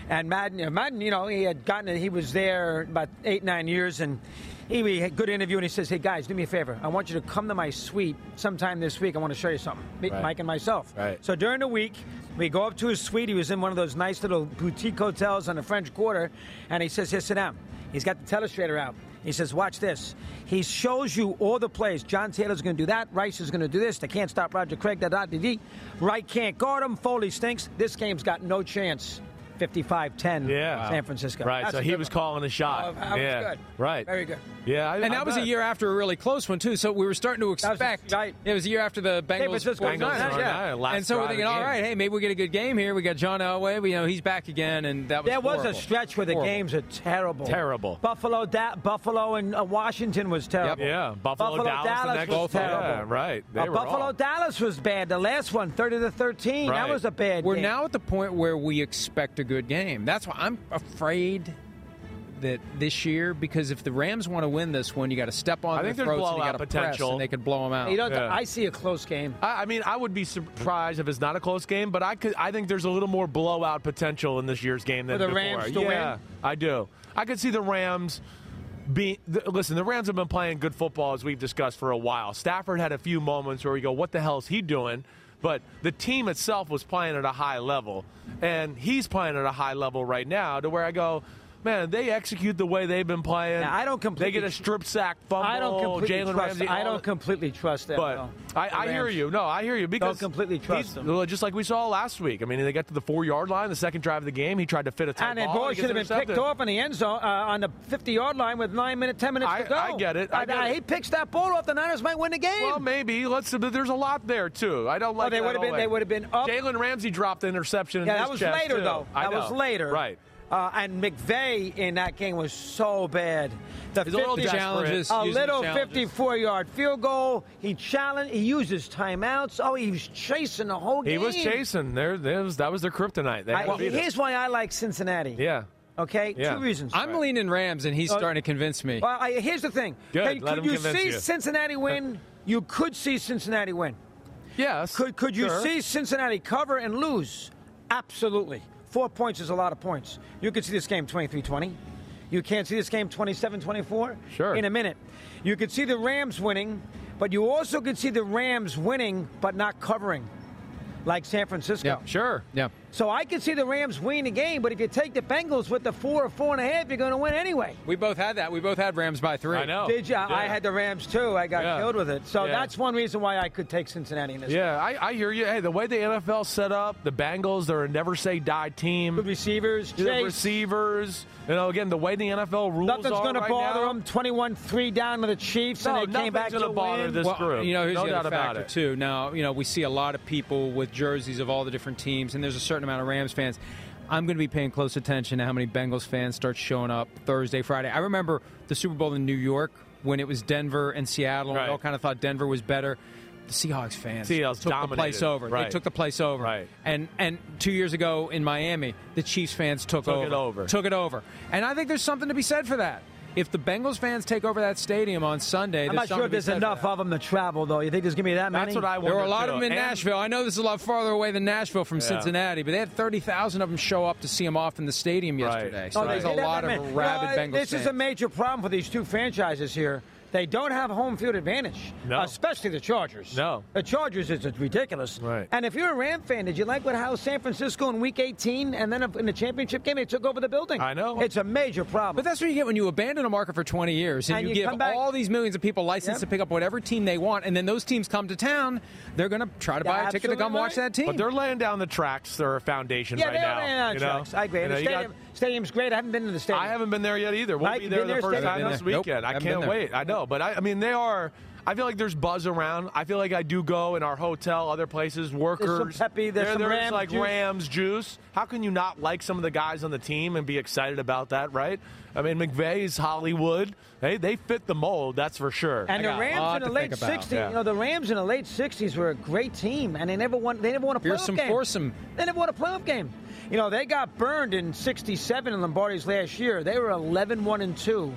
S5: And Madden, you know, Madden, you know, he had gotten it. He was there about eight nine years, and he, we had a good interview. And he says, "Hey guys, do me a favor. I want you to come to my suite sometime this week. I want to show you something, me,
S3: Right.
S5: Mike and myself."
S3: Right.
S5: So during the week, we go up to his suite. He was in one of those nice little boutique hotels on the French Quarter, and he says, "Here, sit down." He's got the telestrator out. He says, "Watch this." He shows you all the plays. John Taylor's going to do that. Rice is going to do this. They can't stop Roger Craig. Da da da da. Wright can't guard him. Foley stinks. This game's got no chance. 55-10
S3: Yeah.
S5: San Francisco.
S3: Right,
S5: That's
S3: so
S5: a
S3: he
S5: good
S3: was
S5: one.
S3: calling a
S5: Oh,
S3: shot.
S5: that was
S3: yeah.
S5: good.
S3: Right.
S5: Very good.
S3: Yeah, I,
S2: And
S3: I
S2: that was a
S3: bet.
S2: year after a really close one too. So we were starting to
S5: That was
S2: expect.
S5: right.
S2: It was a year after the Bengals.
S5: Francisco
S2: Bengals
S5: Niners,
S2: run,
S3: yeah, last
S2: And so we're
S3: drive of
S2: thinking,
S3: the
S2: all
S3: game.
S2: right, hey, maybe we get a good game here. We got John Elway. We know he's back again, and that was
S5: There was
S2: horrible.
S5: a stretch where the
S2: Horrible.
S5: games are terrible.
S3: Terrible.
S5: Buffalo, da- Buffalo, and uh, Washington was terrible.
S3: Yeah, Buffalo, Dallas, the next-
S5: was
S3: Yeah,
S5: terrible.
S3: right. They
S5: Uh,
S3: were
S5: Buffalo,
S3: all-
S5: Dallas was bad. The last one, 30 to 13,
S3: Right.
S5: that was a bad.
S2: We're
S5: game.
S2: now at the point where we expect a good game. That's why I'm afraid that this year, because if the Rams want to win this one, you got to step on
S3: I
S2: their
S3: think there's
S2: throats and you got
S3: blowout
S2: to press,
S3: potential.
S2: and they could blow them out.
S5: You don't,
S3: Yeah. Uh,
S5: I see a close game.
S3: I, I mean, I would be surprised if it's not a close game, but I could. I think there's a little more blowout potential in this year's game than
S5: For the
S3: before.
S5: Rams to
S3: yeah,
S5: win?
S3: I do. I could see the Rams. Being, th- listen, the Rams have been playing good football as we've discussed for a while. Stafford had a few moments where we go, "What the hell is he doing?" But the team itself was playing at a high level, and he's playing at a high level right now. To where I go, man, they execute the way they've been playing.
S5: Now, I don't
S3: They
S5: completely-
S3: get a strip sack, fumble.
S5: I don't completely
S3: Jalen
S5: trust.
S3: Ramsey.
S5: I
S3: all
S5: don't
S3: the-
S5: completely trust them.
S3: but
S5: though.
S3: I,
S5: The
S3: I hear
S5: Rams.
S3: you. No, I hear you because
S5: completely trust
S3: he's-
S5: him.
S3: well, Just like we saw last week. I mean, they got to the four yard line, the second drive of the game. He tried to fit a tight
S5: And the
S3: ball.
S5: ball
S3: he gets
S5: should have been picked
S3: intercepted.
S5: off in the end zone uh, on the 50-yard line with nine minutes, ten minutes
S3: I-
S5: to go. uh,
S3: I get it. I get it.
S5: He picks that ball off. The Niners might win the game.
S3: Well, maybe. Let's. but There's a lot there too. I don't like.
S5: Oh, they
S3: that
S5: would've been-
S3: always.
S5: they would've been up.
S3: Jalen Ramsey dropped the interception. in
S5: yeah,
S3: his
S5: that was
S3: chest,
S5: later
S3: too.
S5: though.
S3: I
S5: That was
S3: know.
S5: later.
S3: Right.
S5: Uh, and McVay in that game was so bad. The
S2: He's a little
S5: 50
S2: challenges,
S5: A
S2: using the
S5: little
S2: challenges.
S5: 54 yard field goal. He challenged. He uses timeouts. Oh, he was chasing the whole
S3: He
S5: game.
S3: was chasing. There, there was, that was their kryptonite. They had
S5: I,
S3: to beat
S5: here's
S3: us.
S5: why I like Cincinnati.
S3: Yeah.
S5: Okay.
S3: Yeah.
S5: Two reasons.
S2: I'm leaning Rams, and
S3: Uh,
S2: he's starting to convince me.
S5: Well, I, here's the thing.
S3: Good,
S5: Can-
S3: let
S5: could
S3: him
S5: you
S3: convince
S5: see
S3: you.
S5: Cincinnati win? you could see Cincinnati win.
S3: Yes.
S5: Could could you
S3: Sure.
S5: see Cincinnati cover and lose? Absolutely. Four points is a lot of points. You could see this game 23-20. You can't see this game 27-24
S3: Sure.
S5: in a minute. You could see the Rams winning, but you also could see the Rams winning but not covering like San Francisco.
S2: Yeah.
S3: Sure.
S2: yeah.
S5: So I could see the Rams win the game, but if you take the Bengals with the four or four and a half, you're going to win anyway.
S2: We both had that. We both had Rams by three.
S3: I know.
S5: Did you? I
S3: Oh, Yeah.
S5: had the Rams too. I got
S3: Yeah.
S5: killed with it. So
S3: Yeah.
S5: that's one reason why I could take Cincinnati in this.
S3: Yeah, I, I hear you. Hey, the way the NFL set up, the Bengals—they're a never-say-die team.
S5: Good receivers,
S3: the
S5: Chase.
S3: receivers. You know, again, the way the NFL rules
S5: Nothing's
S3: are
S5: going to
S3: right
S5: bother
S3: now,
S5: them. 21-3 down to the Chiefs,
S3: No,
S5: and they came
S3: nothing's
S5: back
S3: gonna
S5: to
S3: bother
S5: win.
S3: this- group.
S2: You know, here's the
S3: No
S2: other
S3: doubt about
S2: factor
S3: it.
S2: too. Now, you know, we see a lot of people with jerseys of all the different teams, and there's a certain amount of Rams fans. I'm going to be paying close attention to how many Bengals fans start showing up Thursday, Friday. I remember the Super Bowl in New York when it was Denver and Seattle. and
S3: Right.
S2: We all kind of thought Denver was better. The Seahawks fans
S3: Seahawks
S2: took the
S3: dominated.
S2: place over. They
S3: Right.
S2: took the place over.
S3: Right.
S2: And and two years ago in Miami, the Chiefs fans took,
S3: Took
S2: over.
S3: it over.
S2: Took it over. And I think there's something to be said for that. If the Bengals fans take over that stadium on Sunday,
S5: I'm not sure if there's enough of them to travel, though. You think there's going to be that many?
S3: That's what I want.
S2: There were a lot of them in Nashville. I know this is a lot farther away than Nashville from Cincinnati, but they had 30,000 of them show up to see him off in the stadium
S3: Right.
S2: yesterday. So
S5: Oh, they
S2: there's a
S5: did have
S2: lot
S5: that
S2: of
S5: many.
S2: rabid
S5: You know,
S2: Bengals
S5: This
S2: fans.
S5: is a major problem for these two franchises here. They don't have home field advantage,
S3: No.
S5: especially the Chargers.
S3: No.
S5: the Chargers is it's ridiculous.
S3: Right.
S5: And if you're a Ram fan, did you like what how San Francisco in Week 18 and then in the championship game they took over the building?
S3: I know.
S5: it's a major problem.
S2: but that's what you get when you abandon a market for 20 years and, you,
S5: And you
S2: give
S5: come back-
S2: all these millions of people license
S5: Yep.
S2: to pick up whatever team they want, and then those teams come to town, they're going to try to
S5: You're
S2: buy a ticket to
S5: absolutely
S2: come watch
S5: right.
S2: that team.
S3: But they're laying down the tracks. They're a foundation
S5: yeah,
S3: right
S5: they're
S3: now.
S5: laying down
S3: you know?
S5: tracks. I agree.
S3: You
S5: The
S3: know, you got-
S5: stadium, stadium's great. I haven't been to the stadium.
S3: I haven't been there yet either. We'll
S5: Mike,
S3: be
S5: you
S3: there
S5: been
S3: the
S5: there,
S3: first
S5: Steve?
S3: time
S2: Haven't
S3: this
S2: been there.
S3: weekend.
S2: Nope,
S3: I
S2: haven't been
S3: can't
S2: there.
S3: wait. I know, but I, I mean, they are. I feel like there's buzz around. I feel like I do go in our hotel, other places, workers.
S5: Pepe, there's
S3: There-
S5: some Rams
S3: like
S5: juice.
S3: Rams juice. How can you not like some of the guys on the team and be excited about that, right? I mean, McVay's Hollywood. Hey, they fit the mold, that's for sure.
S5: And the
S2: got a
S5: Rams
S2: lot
S5: in the
S2: to
S5: late
S2: think about.
S5: '60s,
S3: Yeah.
S5: you know, the Rams in the late '60s were a great team, and they never won. They never won a playoff
S2: Fearsome
S5: game.
S2: foursome.
S5: They never won a playoff game. You know, they got burned in '67 in Lombardi's last year. They were 11-1 and two,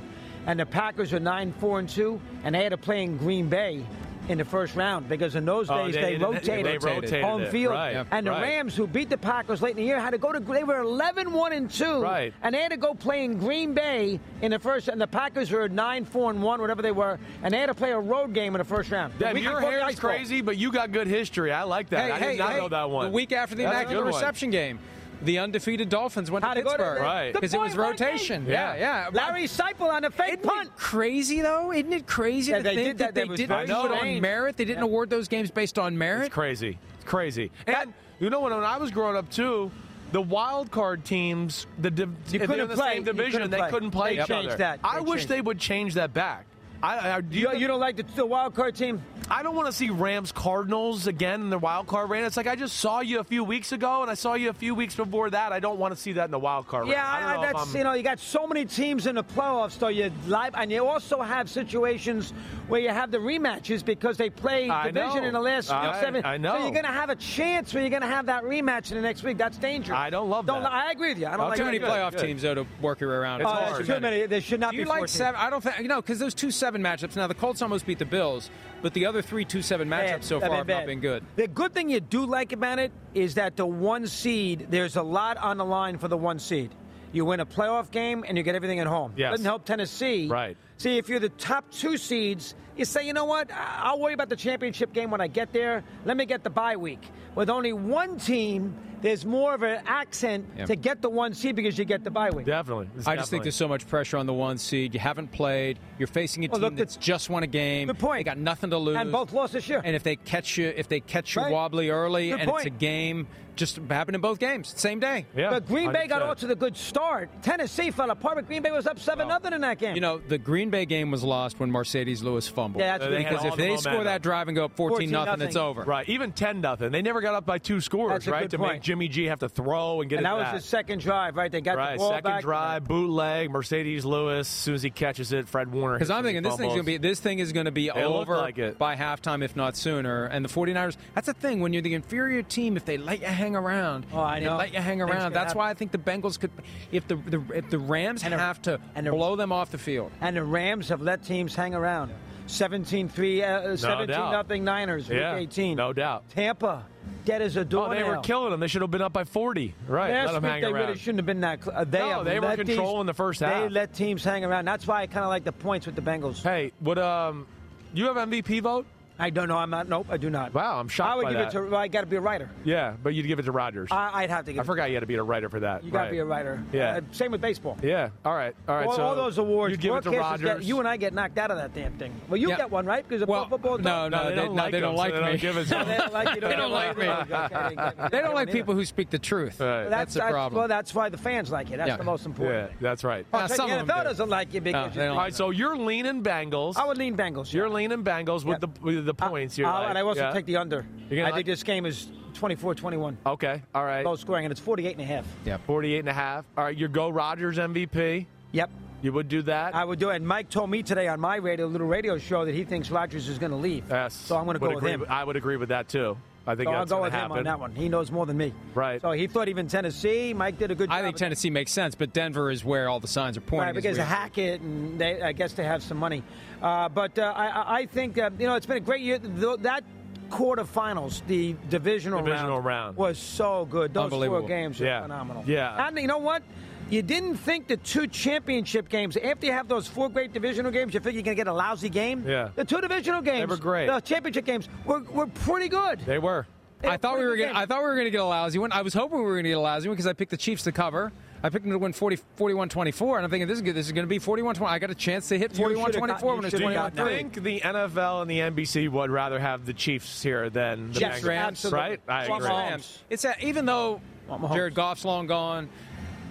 S5: and the Packers were 9-4 and two, and they had to play in Green Bay in the first round because in those
S3: Oh,
S5: days
S3: they-
S5: they,
S3: they-
S5: rotated,
S3: they rotated
S5: home
S3: it,
S5: field,
S3: right,
S5: and the
S3: right.
S5: Rams, who beat the Packers late in the year, had to go to. They were 11-1 and two,
S3: Right.
S5: and they had to go play in Green Bay in the first. And the Packers were nine, four, and one, whatever they were, and they had to play a road game in the first round.
S3: Deb,
S5: We
S3: your
S5: could go
S3: hair is
S5: baseball.
S3: crazy, but you got good history. I like that.
S2: hey,
S3: I
S2: hey,
S3: did not
S2: hey,
S3: know that one.
S2: The week after the
S3: That's a
S2: Immaculate
S3: good one.
S2: Reception game, the undefeated Dolphins went
S5: Had
S2: to
S5: to go to
S2: Pittsburgh.
S5: the-
S3: Right.
S2: Because it
S5: Good
S2: was
S5: point, Mike.
S2: rotation. Yeah, yeah.
S5: Larry Seipel on a fake
S2: Isn't
S5: punt.
S2: it crazy though? Isn't it crazy
S5: Yeah,
S2: to
S5: they
S2: think
S5: did
S2: that,
S5: that. That
S2: they
S5: was
S2: didn't
S5: very
S2: do it on
S5: strange.
S2: merit? They didn't award those games based on merit.
S3: It's crazy. It's crazy. And you know when, when I was growing up too, the wild card teams, the div-
S5: You
S3: if they're in
S5: couldn't
S3: the
S5: play-
S3: same
S5: you
S3: division,
S5: couldn't
S3: they
S5: play.
S3: couldn't play
S5: They
S3: each
S5: changed
S3: other.
S5: that.
S3: I
S5: They
S3: wish
S5: changed
S3: they
S5: it.
S3: would change that back. I, I, do
S5: You, you don't like the, the wild card team?
S3: I don't want to see Rams Cardinals again in the wild card round. It's like I just saw you a few weeks ago, and I saw you a few weeks before that. I don't want to see that in the wild card
S5: Yeah,
S3: round.
S5: I,
S3: don't know if
S5: that's
S3: I'm-
S5: you know you got so many teams in the playoffs, so you live, and you also have situations where you have the rematches because they play
S3: I
S5: division
S3: know.
S5: in the last
S3: I-
S5: seven.
S3: I
S5: So
S3: know.
S5: you're gonna have a chance where you're gonna have that rematch in the next week. That's dangerous.
S3: I don't love that.
S5: li- I agree with you. I don't
S3: Okay,
S5: like
S2: Too many
S3: good,
S2: playoff
S3: good.
S2: teams, though, to work your way around.
S3: It's
S5: Oh,
S3: hard.
S5: there's too many. There should not
S2: Do
S5: be.
S2: you like
S5: 14.
S2: seven? I don't think no, because those two seven matchups. Now the Colts almost beat the Bills, but the other three two seven matchups
S5: Bad.
S2: so
S5: I
S2: far
S5: mean,
S2: have
S5: bad.
S2: not been good.
S5: The good thing you do like about it is that the one seed, there's a lot on the line for the one seed. You win a playoff game and you get everything at home.
S3: Yes.
S5: Doesn't help Tennessee.
S3: Right.
S5: See, if you're the top two seeds, you say, you know what? I- I'll worry about the championship game when I get there. Let me get the bye week. With only one team, there's more of an accent
S2: Yeah.
S5: to get the one seed because you get the bye week.
S3: Definitely.
S2: I just think there's so much pressure on the one seed. You haven't played. You're facing a
S5: Well,
S2: team
S5: look,
S2: that's
S5: the-
S2: just won a game.
S5: Good point.
S2: They got nothing to lose.
S5: And both lost this year.
S2: And if they catch you, if they catch you
S5: Right.
S2: wobbly early,
S5: Good
S2: and
S5: point.
S2: it's a game, just happened in both games, same day.
S3: Yeah,
S5: but Green Bay got
S3: 100%.
S5: off to the good start. Tennessee fell apart, but Green Bay was up 7 nothing in that game.
S2: You know, the Green Bay game was lost when Mercedes Lewis fumbled.
S5: Yeah, that's They what- had
S2: because
S3: all
S2: if
S3: the
S2: they
S3: momentum.
S2: score that drive and go up 14 nothing,
S5: 14-0.
S2: it's over.
S3: Right, even ten nothing. They never got up by two scores,
S5: That's a
S3: right?
S5: good
S3: to make
S5: point.
S3: Jimmy G have to throw and get
S5: and
S3: it
S5: that was
S3: back.
S5: his second drive, right? They got the
S3: right,
S5: ball
S3: second
S5: back.
S3: drive, bootleg, Mercedes Lewis. As soon as he catches it, Fred Warner.
S2: Because
S3: hits
S2: I'm
S3: three
S2: thinking this thing's
S3: fumbles.
S2: gonna be this thing is gonna be
S3: looked
S2: over
S3: like it.
S2: by halftime, if not sooner. And the 49ers, that's the thing. When you're the inferior team, if they let you hang around,
S5: Oh, I
S2: they
S5: know.
S2: let you hang
S5: Things
S2: around.
S5: can
S2: That's
S5: happen.
S2: why I think the Bengals could, if the, the if the Rams
S5: And a-
S2: have to
S5: and a-
S2: blow them off the field.
S5: And the Rams have let teams hang around. 17-3, uh, 17
S3: doubt.
S5: nothing Niners, week
S3: Yeah,
S5: 18.
S3: no doubt.
S5: Tampa, dead as a door.
S3: Oh, they were killing them. They should have been up by forty. Right,
S5: Last
S3: let them
S5: week
S3: hang
S5: they
S3: around.
S5: really shouldn't have been that. Cl- uh, they
S3: No,
S5: have
S3: they were
S5: let these-
S3: controlling the first half.
S5: They let teams hang around. That's why I kind of like the points with the Bengals.
S3: hey, would um, you have MVP vote?
S5: I don't know. I'm not. Nope, I do not.
S3: Wow, I'm shocked
S5: I would
S3: by
S5: give
S3: that.
S5: it to. well, I got to be a writer.
S3: Yeah, but you'd give it to Rodgers.
S5: I, I'd have to give.
S3: I forgot you had to be a writer for that.
S5: It. You got to
S3: right.
S5: be a writer.
S3: Yeah.
S5: Uh, same with baseball.
S3: Yeah. All right. All right.
S5: all,
S3: so
S5: all those awards.
S3: You give it to
S5: broadcasters
S3: Rodgers.
S5: get- you and I get knocked out of that damn thing. Well, you
S2: Yeah.
S5: get one, right? Because of
S2: Well,
S5: football.
S2: no,
S3: No, they,
S2: they-
S3: don't
S2: no,
S3: like
S2: they don't
S3: him,
S2: like
S3: so
S2: me.
S3: They don't give us.
S5: No, they don't like you.
S2: They don't like me. They don't like people who speak the truth.
S3: Right.
S2: That's, the problem.
S5: Well, that's why the fans like you. That's
S2: Yeah.
S5: the most important.
S3: yeah,
S5: thing.
S3: that's right.
S2: Now,
S3: All
S5: I'll tell
S2: some
S5: you,
S2: of
S5: the
S2: them
S5: NFL
S2: do.
S5: doesn't like you because
S2: they
S5: you
S2: don't.
S5: think-
S3: right. So you're leaning Bengals.
S5: I would lean Bengals.
S3: You're leaning Bengals with
S5: Yeah.
S3: the with the points. You're
S5: Uh,
S3: like,
S5: and I also
S3: yeah.
S5: take the under. I
S3: You're gonna
S5: think
S3: like-
S5: this game is 24-21,
S3: Okay. All right.
S5: low scoring, and it's 48 and a half.
S2: Yeah.
S3: 48 and a half. All right. Your go Rodgers MVP.
S5: Yep.
S3: You would do that.
S5: I would do it. And Mike told me today on my radio, little radio show, that he thinks Rodgers is going to leave.
S3: yes.
S5: So I'm going to
S3: Would
S5: go with
S3: agree
S5: him.
S3: I would agree with that too. I think
S5: So I'll
S3: that's
S5: go
S3: gonna
S5: with
S3: happen.
S5: him on that one. He knows more than me.
S3: Right.
S5: So he thought even Tennessee. Mike did a good job.
S2: I think
S5: with-
S2: Tennessee makes sense, but Denver is where all the signs are pointing.
S5: Right,
S2: is
S5: because
S2: weird.
S5: Hackett, and they, I guess they have some money. Uh, but uh, I, I- I think uh, you know it's been a great year. Th- that quarterfinals, the divisional,
S3: Divisional round.
S5: was so good. Those four
S2: Unbelievable.
S5: games were
S3: Yeah.
S5: phenomenal.
S3: Yeah.
S5: and you know what? You didn't think the two championship games after you have those four great divisional games, you figure you're gonna get a lousy game.
S3: Yeah.
S5: the two divisional games,
S3: were great.
S5: The championship games were, were pretty good.
S3: They were.
S2: I thought we were
S5: Pretty good
S2: gonna, I
S5: games.
S2: thought we were going to get a lousy one. I was hoping we were going to get a lousy one because I picked the Chiefs to cover. I picked them to win 40, 41-24, and I'm thinking this is good. This is going to be 41-20. I got a chance to hit
S5: You should've
S2: 41-24
S5: gotten-
S2: when
S5: you
S2: it's
S5: should've gotten that.
S2: 21-3.
S3: I think the NFL and the NBC would rather have the Chiefs here than the
S5: Yes,
S3: Bengals,
S2: Rams.
S3: right? I
S5: Chiefs,
S3: agree.
S5: Rams.
S2: It's a, even though
S5: Want Mahomes.
S2: Jared Goff's long gone,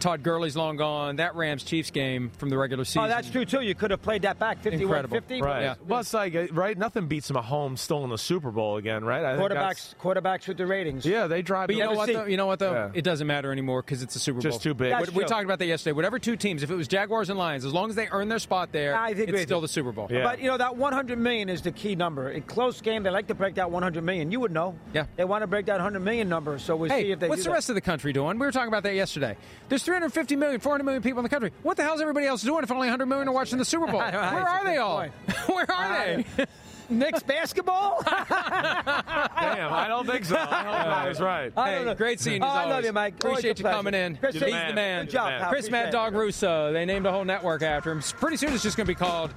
S2: Todd Gurley's long gone. That Rams Chiefs game from the regular season.
S5: Oh, that's true too. You could have played that back 51
S2: Incredible.
S5: 50.
S3: Right.
S2: Yeah.
S3: Well, it's like uh, right. Nothing beats Mahomes still in the Super Bowl again, right? I think that's-
S5: Quarterbacks, quarterbacks with the ratings.
S3: Yeah, they drive.
S2: But you know
S5: Never
S2: what?
S5: seen-
S2: Though? You know what though?
S3: Yeah.
S2: It doesn't matter anymore because it's a Super Bowl.
S3: Just too big.
S5: That's
S2: We, we
S5: true.
S2: talked about that yesterday. Whatever two teams, if it was Jaguars and Lions, as long as they earn their spot there,
S5: I think
S2: it's
S5: we-
S2: still the Super Bowl.
S3: Yeah.
S5: But you know that 100 million is the key number. In close game, they like to break that 100 million. You would know.
S2: Yeah.
S5: They want to break that 100 million number, so we'll see
S2: Hey,
S5: if they
S2: what's
S5: do
S2: the rest of the country doing? We were talking about that yesterday. There's 350 million, 400 million people in the country. What the hell's everybody else doing if only 100 million are watching the Super Bowl? Where
S5: That's a
S2: are
S5: good
S2: they all?
S5: point.
S2: Where are they?
S5: that. Knicks basketball?
S3: Damn, I don't think so. I hope that is right.
S5: I don't
S2: Hey,
S5: know.
S2: great seeing you.
S5: Oh,
S2: as
S5: I love
S2: always.
S5: you, Mike. Always
S2: Appreciate
S5: a
S2: you
S5: pleasure.
S2: coming in.
S5: Chris,
S2: He's
S5: thank
S3: you.
S2: the man.
S5: Good job, pal.
S2: Chris Mad
S5: Appreciate
S2: Dog
S5: it.
S2: Russo. They named a whole network after him. Pretty soon it's just going to be called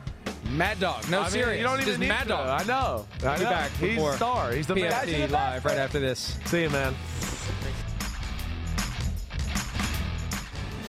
S2: Mad Dog. No,
S3: I mean,
S2: serious.
S3: You don't even
S2: just
S3: need
S2: Mad
S3: to.
S2: Dog.
S3: I know. I
S2: Be
S3: know.
S2: back
S3: He's
S2: before
S3: the star. He's the man.
S2: PFT live right after this.
S3: See you, man.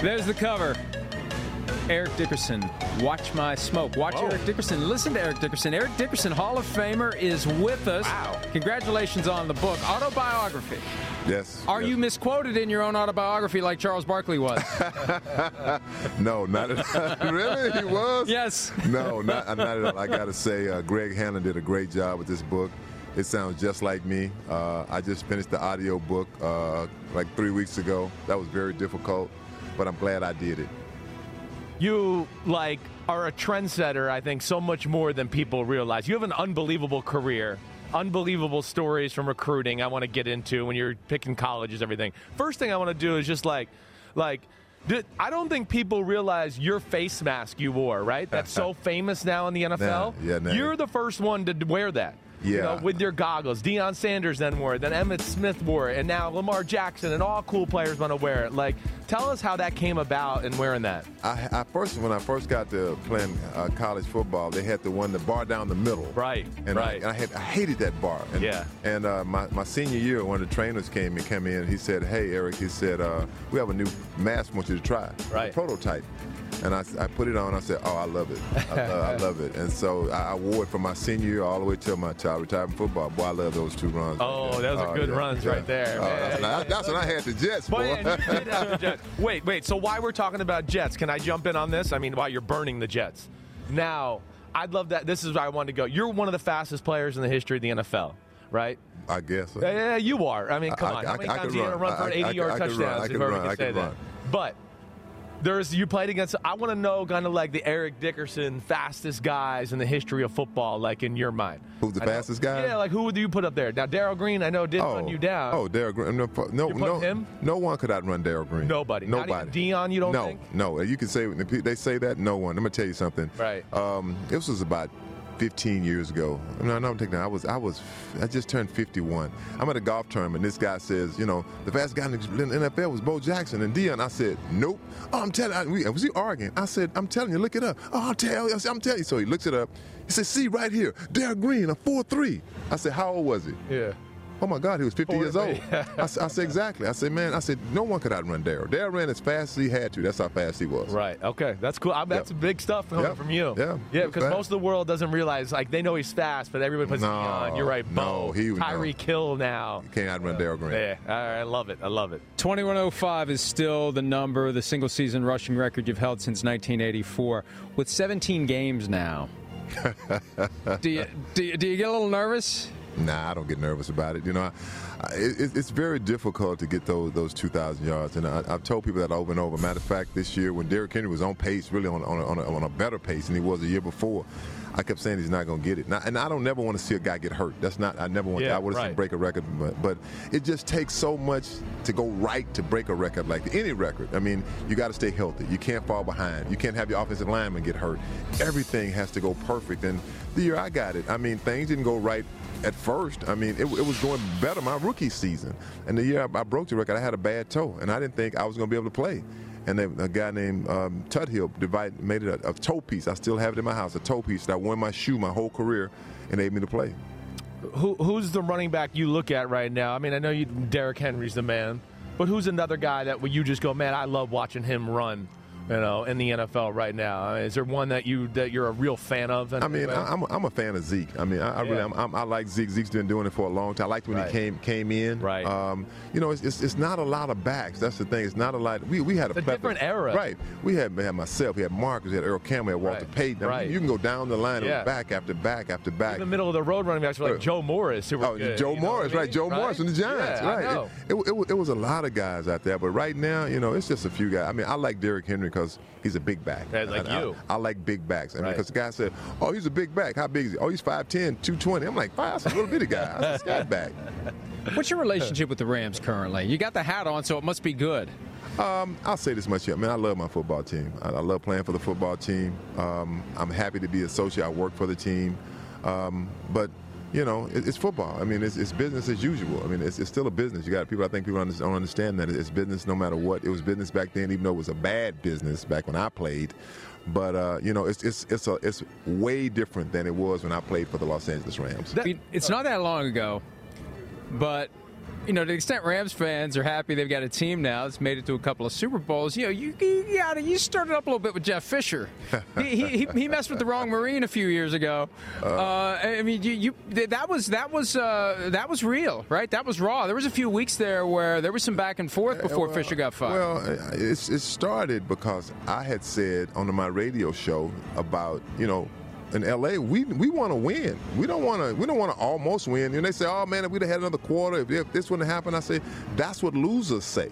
S2: There's the cover. Eric Dickerson, watch my smoke. Watch
S3: Whoa.
S2: Eric Dickerson. Listen to Eric Dickerson. Eric Dickerson, Hall of Famer, is with us.
S3: Wow.
S2: Congratulations on the book, autobiography.
S6: Yes.
S2: Are
S6: yes.
S2: you misquoted in your own autobiography like Charles Barkley was?
S6: No, not at all. really. He was.
S2: yes.
S6: No, not, uh, not at all. I got to say, uh, Greg Hanlon did a great job with this book. It sounds just like me. Uh, I just finished the audio book uh, like three weeks ago. That was very difficult, but I'm glad I did it.
S3: you like are a trendsetter i think so much more than people realize you have an unbelievable career unbelievable stories from recruiting i want to get into when you're picking colleges everything first thing i want to do is just like like d- I don't think people realize your face mask you wore, right? That's so famous now in the NFL.
S6: Nah, yeah, nah.
S3: You're the first one to d- wear that. you
S6: Yeah.
S3: know, with your goggles. Deion Sanders then wore it, then Emmett Smith wore it, and now Lamar Jackson and all cool players want to wear it. Like, tell us how that came about and wearing that.
S6: I, I first when I first got to playing uh, college football, they had the one the bar down the middle.
S3: Right,
S6: And I,
S3: right.
S6: and I had I hated that bar. And,
S3: Yeah.
S6: And uh, my, my senior year, one of the trainers came and came in. He said, "Hey, Eric," he said, uh, "We have a new mask. I want you to try. It's a
S3: Right.
S6: prototype." And I, I put it on. I said, "Oh, I love it. I love, I love it." And so I, I wore it from my senior year all the way till my child retirement football. Boy, I love those two runs.
S3: Oh, those are good runs right there,
S6: Oh,
S3: man.
S6: that's, when I- that's when I had the Jets,
S3: But
S6: boy.
S3: yeah, you did have the Jets. Wait, wait. So why we're talking about Jets? Can I jump in on this? I mean, while you're burning the Jets. Now, I'd love that. This is where I wanted to go. You're one of the fastest players in the history of the NFL, right?
S6: I guess.
S3: Yeah, yeah, you are. I mean, come on. How many times are you gonna run for an
S6: I- I-
S3: 80 yard
S6: I could
S3: touchdown?
S6: run, I
S3: if
S6: could
S3: Irvin
S6: run,
S3: can
S6: I
S3: say
S6: could
S3: that?
S6: run.
S3: But there's you played against. I want to know kind of like the Eric Dickerson fastest guys in the history of football, like in your mind.
S6: Who's the
S3: I know-
S6: fastest guy?
S3: Yeah, like who would you put up there? Now, Daryl Green, I know did run you down.
S6: Oh, Daryl Green. No, no,
S3: You put
S6: no,
S3: him?
S6: no one could outrun Daryl Green.
S3: Nobody. Not even
S6: Nobody.
S3: Deion, you don't
S6: no,
S3: think?
S6: No, You can say they say that. No one. I'm gonna tell you something.
S3: Right.
S6: Um, this was about 15 years ago. No, no, I'm taking. that. I was, I was, I just turned 51. I'm at a golf tournament. This guy says, you know, the fastest guy in the NFL was Bo Jackson and Deion. I said, nope. Oh, I'm telling. I, we, was he arguing? I said, I'm telling you. Look it up. Oh, I'll tell you. I'm telling you. So he looks it up. He says, see right here, Daryl Green, a four-three. I said, how old was he?
S3: Yeah.
S6: Oh my God, he was 50 years old. I, s- I said, exactly. I said, man, I said, no one could outrun Daryl. Daryl ran as fast as he had to. That's how fast he was.
S3: Right. Okay. That's cool. I, that's
S6: Yep.
S3: big stuff coming
S6: Yep.
S3: from you.
S6: Yeah.
S3: Yeah.
S6: He's
S3: Because
S6: fast.
S3: most of the world doesn't realize. Like they know he's fast, but everybody puts
S6: No,
S3: Deion. You're right. Bo.
S6: no, he- no.
S3: Tyree Kill now.
S6: He can't outrun Daryl Green.
S3: Yeah. All right. I love it. I love it.
S2: 2105 is still the number, the single season rushing record you've held since 1984. With 17 games now, do, you, do, you, do you get a little nervous?
S6: Nah, I don't get nervous about it. You know, I, I, it, it's very difficult to get those those 2,000 yards, and I, I've told people that over and over. Matter of fact, this year when Derrick Henry was on pace, really on on a, on, a, on a better pace than he was the year before, I kept saying he's not going to get it. And I, and I don't never want to see a guy get hurt. That's not. I never want.
S3: Yeah,
S6: I want to see
S3: right.
S6: him break a record, but, but it just takes so much to go right to break a record like any record. I mean, you got to stay healthy. You can't fall behind. You can't have your offensive lineman get hurt. Everything has to go perfect. And the year I got it, I mean, things didn't go right at first. I mean, it, it was going better my rookie season. And the year I, I broke the record, I had a bad toe, and I didn't think I was going to be able to play. And then a guy named um, Tuthill divided, made it a, a toe piece. I still have it in my house, a toe piece that wore in my shoe my whole career and made me to play.
S3: Who, who's the running back you look at right now? I mean, I know you. Derrick Henry's the man, but who's another guy that you just go, man? I love watching him run. You know, in the NFL right now, I mean, is there one that you that you're a real fan of?
S6: I mean, I, I'm, a, I'm a fan of Zeke. I mean, I, I really,
S3: Yeah.
S6: I'm, I'm, I like Zeke. Zeke's been doing it for a long time. I liked when
S3: Right.
S6: he came came in.
S3: Right.
S6: Um, you know, it's, it's, it's not a lot of backs. That's the thing. It's not a lot. We, we had a,
S3: It's a
S6: plethora-
S3: different era.
S6: Right. We had, we had myself. We had Marcus. We had Earl Campbell. We had Walter
S3: Right.
S6: Payton. I mean,
S3: Right.
S6: you can go down the line
S3: Yeah.
S6: of back after back after back.
S3: in the middle of the road running backs were like Joe Morris. Who were
S6: Oh,
S3: good,
S6: Joe
S3: you know what
S6: Morris,
S3: I mean?
S6: right? Joe Morris from the Giants,
S3: Yeah, I
S6: right? It-
S3: know.
S6: It, it, it was a lot of guys out there, but right now, you know, it's just a few guys. I mean, I like Derrick Henry because he's a big back.
S3: Yeah, like
S6: And I,
S3: you.
S6: I, like big backs. I mean,
S3: Right.
S6: because the guy said, "Oh, he's a big back. How big is he? Oh, he's 5'10", 220. I'm like, five. That's a little bitty guy. I said, "Scat back."
S2: What's your relationship with the Rams currently? You got the hat on, so it must be good.
S6: Um, I'll say this much here. Man, I love my football team. I, I love playing for the football team. Um, I'm happy to be associate. I work for the team. Um, but you know, it, it's football. I mean, it's, it's business as usual. I mean, it's, it's still a business. You got people. I think people under- don't understand that it's business no matter what. It was business back then, even though it was a bad business back when I played. But uh, you know, it's it's it's a, it's way different than it was when I played for the Los Angeles Rams.
S2: I mean, it's not that long ago, but you know, to the extent Rams fans are happy they've got a team now that's made it to a couple of Super Bowls, you know, you you, gotta, you started up a little bit with Jeff Fisher. he, he, he- he messed with the wrong Marine a few years ago. Uh,
S6: Oh.
S2: I mean, you, you th- that was that was uh, that was real, right? That was raw. There was a few weeks there where there was some back and forth before
S6: Uh, Well,
S2: Fisher got fired.
S6: Well, it's, it started because I had said on my radio show about you know. In LA, we we want to win. We don't want to. We don't want to almost win. And they say, "Oh man, if we'd have had another quarter, if, if this wouldn't happen," I say, "That's what losers say."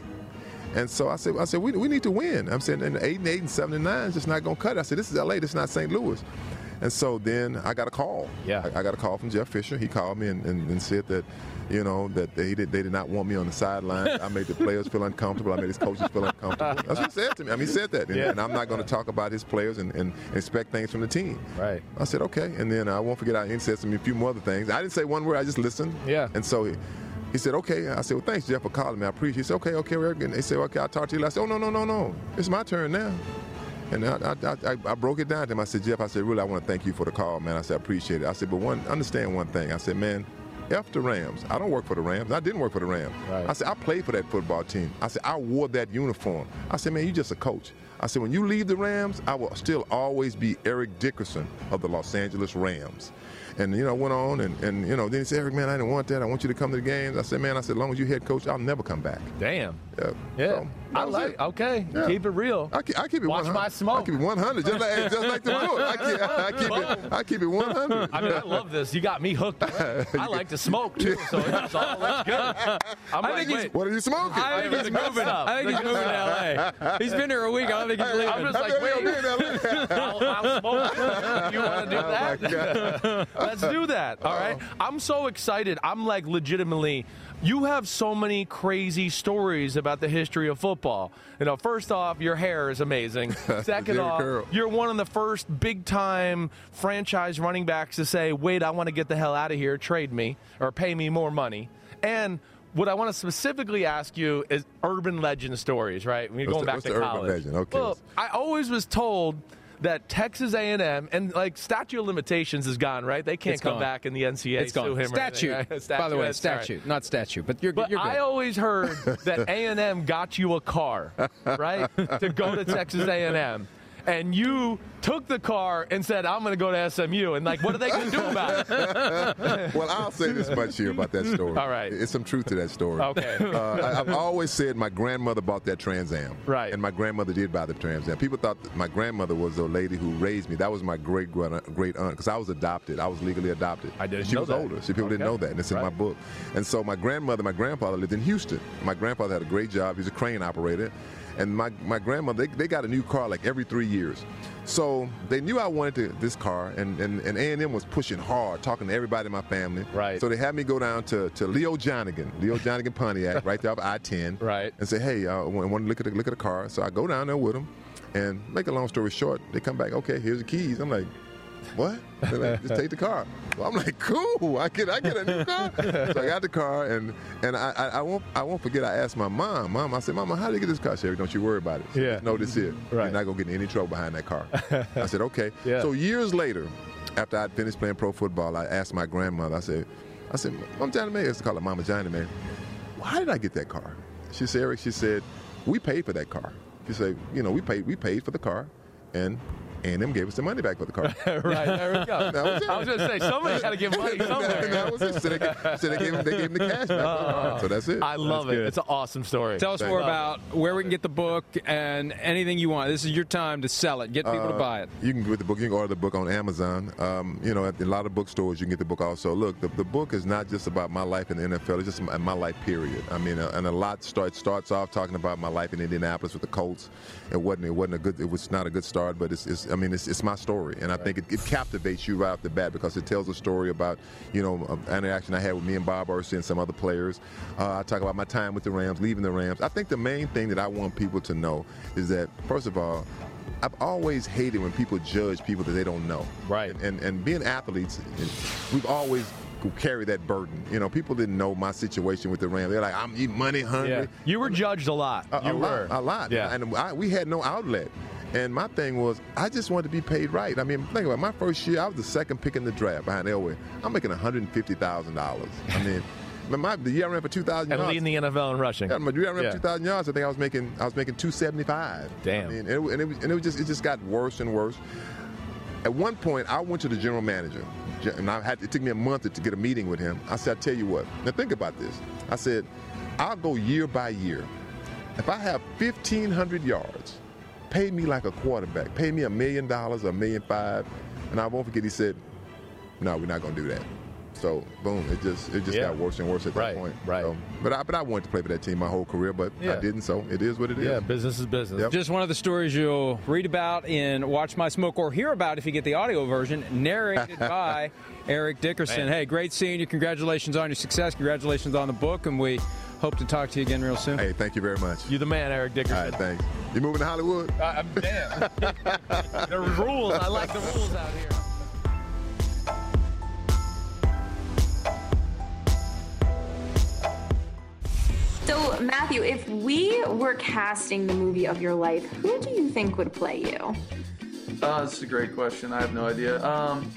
S6: And so I said, I said, we, we need to win. I'm saying, and eight and eight and seven and nine is just not gonna cut it. I said, this is LA, this is not St. Louis. And so then I got a call.
S3: Yeah.
S6: I, I got a call from Jeff Fisher. He called me and, and, and said that, you know, that they did they did not want me on the sideline. I made the players feel uncomfortable. I made his coaches feel uncomfortable. That's what he said to me. I mean, he said that. And,
S3: Yeah.
S6: and I'm not gonna talk about his players and, and expect things from the team.
S3: Right.
S6: I said, okay. And then I won't forget, I he said some a few more other things. I didn't say one word, I just listened.
S3: Yeah.
S6: And so he, he said, okay. I said, well, thanks, Jeff, for calling me. I appreciate it. He said, okay, okay, Eric. And they said, okay, I'll talk to you. later. I said, oh, no, no, no, no. It's my turn now. And I, I, I, I broke it down to him. I said, Jeff, I said, really, I want to thank you for the call, man. I said, I appreciate it. I said, but one, understand one thing. I said, man, F the Rams. I don't work for the Rams. I didn't work for the Rams.
S3: Right.
S6: I said, I played for that football team. I said, I wore that uniform. I said, man, you just a coach. I said, when you leave the Rams, I will still always be Eric Dickerson of the Los Angeles Rams. And, you know, went on and, and, you know, then he said, Eric, man, I didn't want that. I want you to come to the games. I said, man, I said, as long as you head coach, I'll never come back. Uh,
S3: Damn.
S6: Yeah.
S3: Yeah.
S6: So, that
S3: I
S6: was
S3: like.
S6: it.
S3: Okay.
S6: Yeah.
S3: Keep it real.
S6: I keep, I keep it
S3: Watch
S6: 100.
S3: my smoke.
S6: I keep it 100, just like, just like the book. I keep, I keep it. I keep it 100.
S3: I mean, I love this. You got me hooked. I like to smoke too, so it's all that's good. I'm
S2: I
S3: like,
S2: think he's-
S3: wait.
S6: What are you smoking?
S2: I think he's moving. I think he's moving to L.A. He's been here a week. I don't think he's leaving.
S3: I'm just like,
S6: Hey,
S3: wait,
S6: yo, man, now, look.
S3: I'll, I'll smoke. you want to
S6: Oh,
S3: do that? Let's do that. All right. I'm so excited. I'm like legitimately. You have so many crazy stories about the history of football. You know, first off, your hair is amazing. Second
S6: Jimmy
S3: off,
S6: Curl.
S3: you're one of the first big time franchise running backs to say, "Wait, I want to get the hell out of here. Trade me or pay me more money." And what I want to specifically ask you is urban legend stories, right? We're
S6: What's
S3: going
S6: the-
S3: back
S6: what's
S3: to
S6: the urban
S3: college.
S6: legend? Okay.
S3: Well, I always was told that Texas A&M and like statute of limitations is gone, right? They can't
S2: It's
S3: come
S2: gone.
S3: back in the NCAA
S2: It's gone.
S3: sue him. or anything,
S2: Statute.
S3: right?
S2: By the way,
S3: that's right.
S2: statute, not statue. But you're,
S3: But
S2: you're good.
S3: I always heard that A&M got you a car, right, to go to Texas A&M. And you took the car and said, "I'm going to go to SMU." And like, what are they going to do about it?
S6: well, I'll say this much here about that story.
S3: All right.
S6: It's some truth to that story.
S3: Okay.
S6: Uh, I, I've always said my grandmother bought that Trans Am.
S3: Right.
S6: And my grandmother did buy the Trans Am. People thought that my grandmother was the lady who raised me. That was my great gran- great aunt because I was adopted. I was legally adopted.
S3: I didn't
S6: She
S3: know
S6: was
S3: that.
S6: older. So people didn't
S3: Okay.
S6: know that. And it's in my
S3: Right.
S6: book. And so my grandmother, my grandfather lived in Houston. My grandfather had a great job. He's a crane operator. And my, my grandmother, they, they got a new car like every three years. So they knew I wanted to, this car, and, and, and A&M was pushing hard, talking to everybody in my family.
S3: Right.
S6: So they had me go down to, to Leo Jonigan, Leo Jonigan Pontiac, right there off I-10.
S3: Right.
S6: And say, hey, I want to look at the, look at the car. So I go down there with them, and make a long story short, they come back. Okay, here's the keys. I'm like, what? They're like, just take the car. Well, I'm like, cool. I get I get a new car. so I got the car, and and I, I I won't I won't forget. I asked my mom. Mom, I said, Mama, how did you get this car? Sherry, don't you worry about it. She
S3: Yeah.
S6: just know this here.
S3: Right.
S6: You're not gonna get in any trouble behind that car. I said, okay.
S3: Yeah.
S6: So years later, after I'd finished playing pro football, I asked my grandmother. I said, I said, Mom Johnny May, I used to call her Mama Johnny May. Why did I get that car? She said, Eric. She said, we paid for that car. She said, you know, we paid we paid for the car, and and M gave us the money back for the car.
S3: right there we go.
S6: That was it.
S3: I was going to say somebody's got to give money
S6: And
S3: somewhere. Uh-uh.
S6: that was it. So they, gave- so they gave him, they gave him the cash back. so that's it.
S3: I love it.
S2: good.
S3: It's an awesome story.
S2: Tell us
S6: Thank
S2: more
S6: you.
S2: about where we can get the book and anything you want. This is your time to sell it. Get people
S6: Uh,
S2: to buy it.
S6: You can get the book. You can order the book on Amazon. Um, you know, at a lot of bookstores, you can get the book also. Look, the, the book is not just about my life in the NFL. It's just my, my life period. I mean, uh, and a lot start starts off talking about my life in Indianapolis with the Colts. It wasn't. It wasn't a good. It was not a good start. But it's. it's I mean, it's, it's my story, and I think it, it captivates you right off the bat because it tells a story about you know uh, interaction I had with me and Bob Ursay and some other players. Uh, I talk about my time with the Rams, leaving the Rams. I think the main thing that I want people to know is that first of all. I've always hated when people judge people that they don't know.
S3: Right.
S6: And and, and being athletes, and we've always who carry that burden. You know, people didn't know my situation with the Rams. They're like, I'm you money hungry.
S3: Yeah. You were judged a lot.
S6: Uh, A, a
S3: you
S6: lot,
S3: were.
S6: a lot.
S3: Yeah.
S6: And I, we had no outlet. And my thing was, I just wanted to be paid right. I mean, think about it. my first year, I was the second pick in the draft behind Elway. I'm making $150,000. I mean, my- my, the year I ran for 2,000
S3: and
S6: yards.
S3: leading the NFL in rushing.
S6: Yeah, my year I ran
S3: Yeah.
S6: for 2,000 yards. I think I was making I was making 275.
S3: Damn.
S6: I mean, and it, wa- and it, was- and it was just it just got worse and worse. At one point, I went to the general manager, ge- and I had it took me a month to, to get a meeting with him. I said, "I tell you what. Now think about this." I said, "I'll go year by year. If I have 1,500 yards, pay me like a quarterback. Pay me a million dollars, a million five, and I won't forget." He said, "No, we're not going to do that." So boom, it just it just
S3: Yeah.
S6: got worse and worse at
S3: Right,
S6: that point.
S3: right.
S6: So, but I but I wanted to play for that team my whole career, but
S3: Yeah.
S6: I didn't. So it is what it is.
S3: Yeah, business is business.
S6: Yep.
S2: Just one of the stories you'll read about in Watch My Smoke or hear about if you get the audio version, narrated by Eric Dickerson. Hey, great seeing you. Congratulations on your success. Congratulations on the book, and we hope to talk to you again real soon.
S6: Hey, thank you very much.
S3: You the man, Eric
S6: All
S3: Dickerson.
S6: right, thanks. You moving to Hollywood?
S3: I- I'm damn. the rules. I like the rules out here.
S7: So, Matthew, if we were casting the movie of your life, who do you think would play you?
S8: Uh, that's a great question. I have no idea. Um,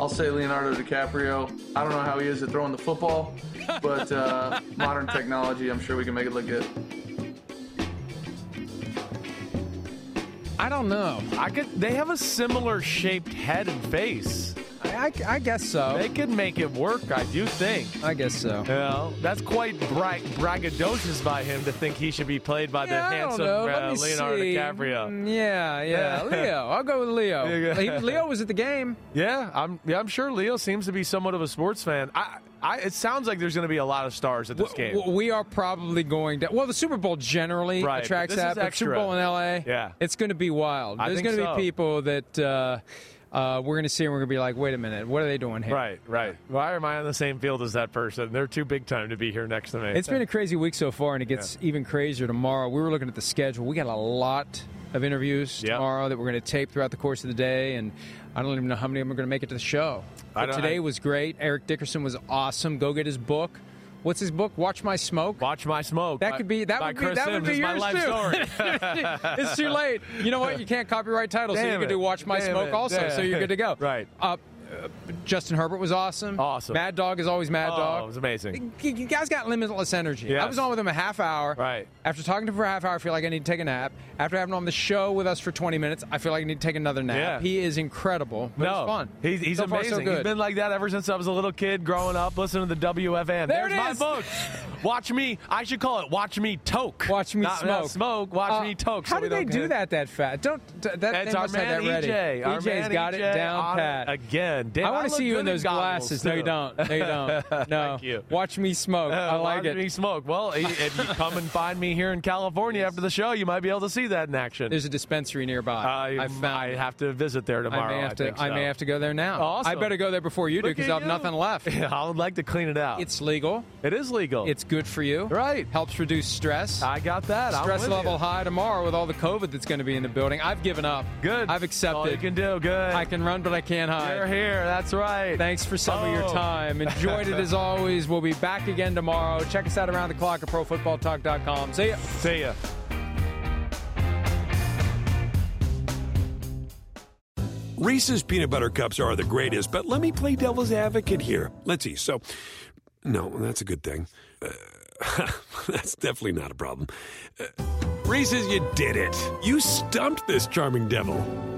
S8: I'll say Leonardo DiCaprio. I don't know how he is at throwing the football, but uh, modern technology, I'm sure we can make it look good.
S2: I don't know.
S3: I could. They have a similar shaped head and face.
S2: I, I, I guess so.
S3: They could make it work. I do think.
S2: I guess so.
S3: You know, that's quite bra- braggadocious by him to think he should be played by
S2: Yeah,
S3: the
S2: I don't
S3: handsome
S2: know.
S3: uh,
S2: Let me
S3: Leonardo
S2: see.
S3: DiCaprio.
S2: Mm, Yeah, yeah, Leo. I'll go with Leo.
S3: Yeah.
S2: He- Leo was at the game.
S3: Yeah, I'm. Yeah, I'm sure Leo seems to be somewhat of a sports fan. I, I it sounds like there's going to be a lot of stars at this
S2: W-
S3: game.
S2: w- We are probably going to. Well, the Super Bowl generally
S3: Right, but
S2: attracts
S3: this
S2: that,
S3: is
S2: but Super
S3: extra.
S2: Bowl in LA,
S3: Yeah.
S2: it's going to be wild.
S3: I
S2: There's going
S3: think
S2: to
S3: so.
S2: be people that uh, uh, we're going to see and we're going to be like, wait a minute, what are they doing here?
S3: right, right. Why am I on the same field as that person? They're too big time to be here next to me.
S2: It's been a crazy week so far, and it gets even crazier tomorrow. We were looking at the schedule. We got a lot of interviews
S3: Yeah.
S2: tomorrow that we're going to tape throughout the course of the day, and I don't even know how many of them are going to make it to the show.
S3: I
S2: But
S3: don't-
S2: today
S3: I-
S2: was great. Eric Dickerson was awesome. Go get his book. What's his book? Watch My Smoke.
S3: watch my smoke.
S2: That could be that
S3: by
S2: would be
S3: Chris
S2: that would
S3: Sims.
S2: be
S3: It's my
S2: yours
S3: life
S2: too.
S3: story.
S2: it's too late. You know what? You can't copyright titles, so you
S3: Damn
S2: can
S3: it.
S2: do "Watch My
S3: Damn
S2: Smoke"
S3: it.
S2: also.
S3: Damn
S2: So you're good to go.
S3: it. Right.
S2: Uh, Justin Herbert was awesome.
S3: Awesome.
S2: Mad Dog is always Mad
S3: Oh,
S2: Dog.
S3: it was amazing.
S2: You you guys got limitless energy. I
S3: Yes.
S2: was on with him a half hour.
S3: Right.
S2: After talking to him for a half hour, I feel like I need to take a nap. After having him on the show with us for 20 minutes, I feel like I need to take another nap.
S3: Yeah.
S2: He is incredible. But
S3: no,
S2: it's fun.
S3: he's, he's
S2: So far,
S3: amazing.
S2: so
S3: He's
S2: good.
S3: been like that ever since I was a little kid, growing up, listening to the WFN.
S2: There
S3: There's
S2: it
S3: my
S2: is.
S3: book. Watch me. I should call it Watch Me Toke.
S2: Watch me
S3: Not-
S2: smoke.
S3: not smoke. Watch
S2: Uh,
S3: me toke.
S2: How
S3: so we
S2: do they
S3: don't
S2: do
S3: get-
S2: that that fast? Don't t- that?
S3: That's
S2: they
S3: our
S2: must have
S3: man
S2: that ready.
S3: EJ. Our
S2: EJ's
S3: man
S2: got
S3: EJ
S2: it down
S3: on
S2: pat
S3: again. Damn,
S2: I want to
S3: look
S2: see you
S3: good
S2: in those
S3: goggles,
S2: glasses. No, you
S3: too.
S2: don't. No, you don't. No.
S3: Thank you.
S2: Watch me smoke.
S3: Uh,
S2: I like
S3: watch
S2: it.
S3: Me smoke. Well, i- if you come and find me here in California after the show, you might be able to see that in action.
S2: There's a dispensary nearby.
S3: I,
S2: I found.
S3: I have to visit there
S2: I
S3: tomorrow.
S2: may have to.
S3: think
S2: I may
S3: so.
S2: have to go there now.
S3: Awesome.
S2: I better go there before you do
S3: Look
S2: because
S3: at
S2: I'll have nothing
S3: you.
S2: left.
S3: I would like to clean it out.
S2: It's legal.
S3: it is legal.
S2: It's good for you.
S3: Right.
S2: Helps reduce stress.
S3: I got that. I'm
S2: stress
S3: with
S2: level
S3: you.
S2: high tomorrow with all the COVID that's going to be in the building. I've given up.
S3: Good.
S2: I've
S3: All you
S2: accepted.
S3: can do. Good.
S2: I can run, but I can't hide.
S3: You're here. That's right.
S2: Thanks for some of your
S3: Oh.
S2: time. Enjoyed it as always. We'll be back again tomorrow. Check us out around the clock at profootballtalk.com. See ya.
S3: See ya.
S1: Reese's peanut butter cups are the greatest, but let me play devil's advocate here. Let's see. So, no, that's a good thing. Uh, that's definitely not a problem. Uh, Reese's, you did it. You stumped this charming devil.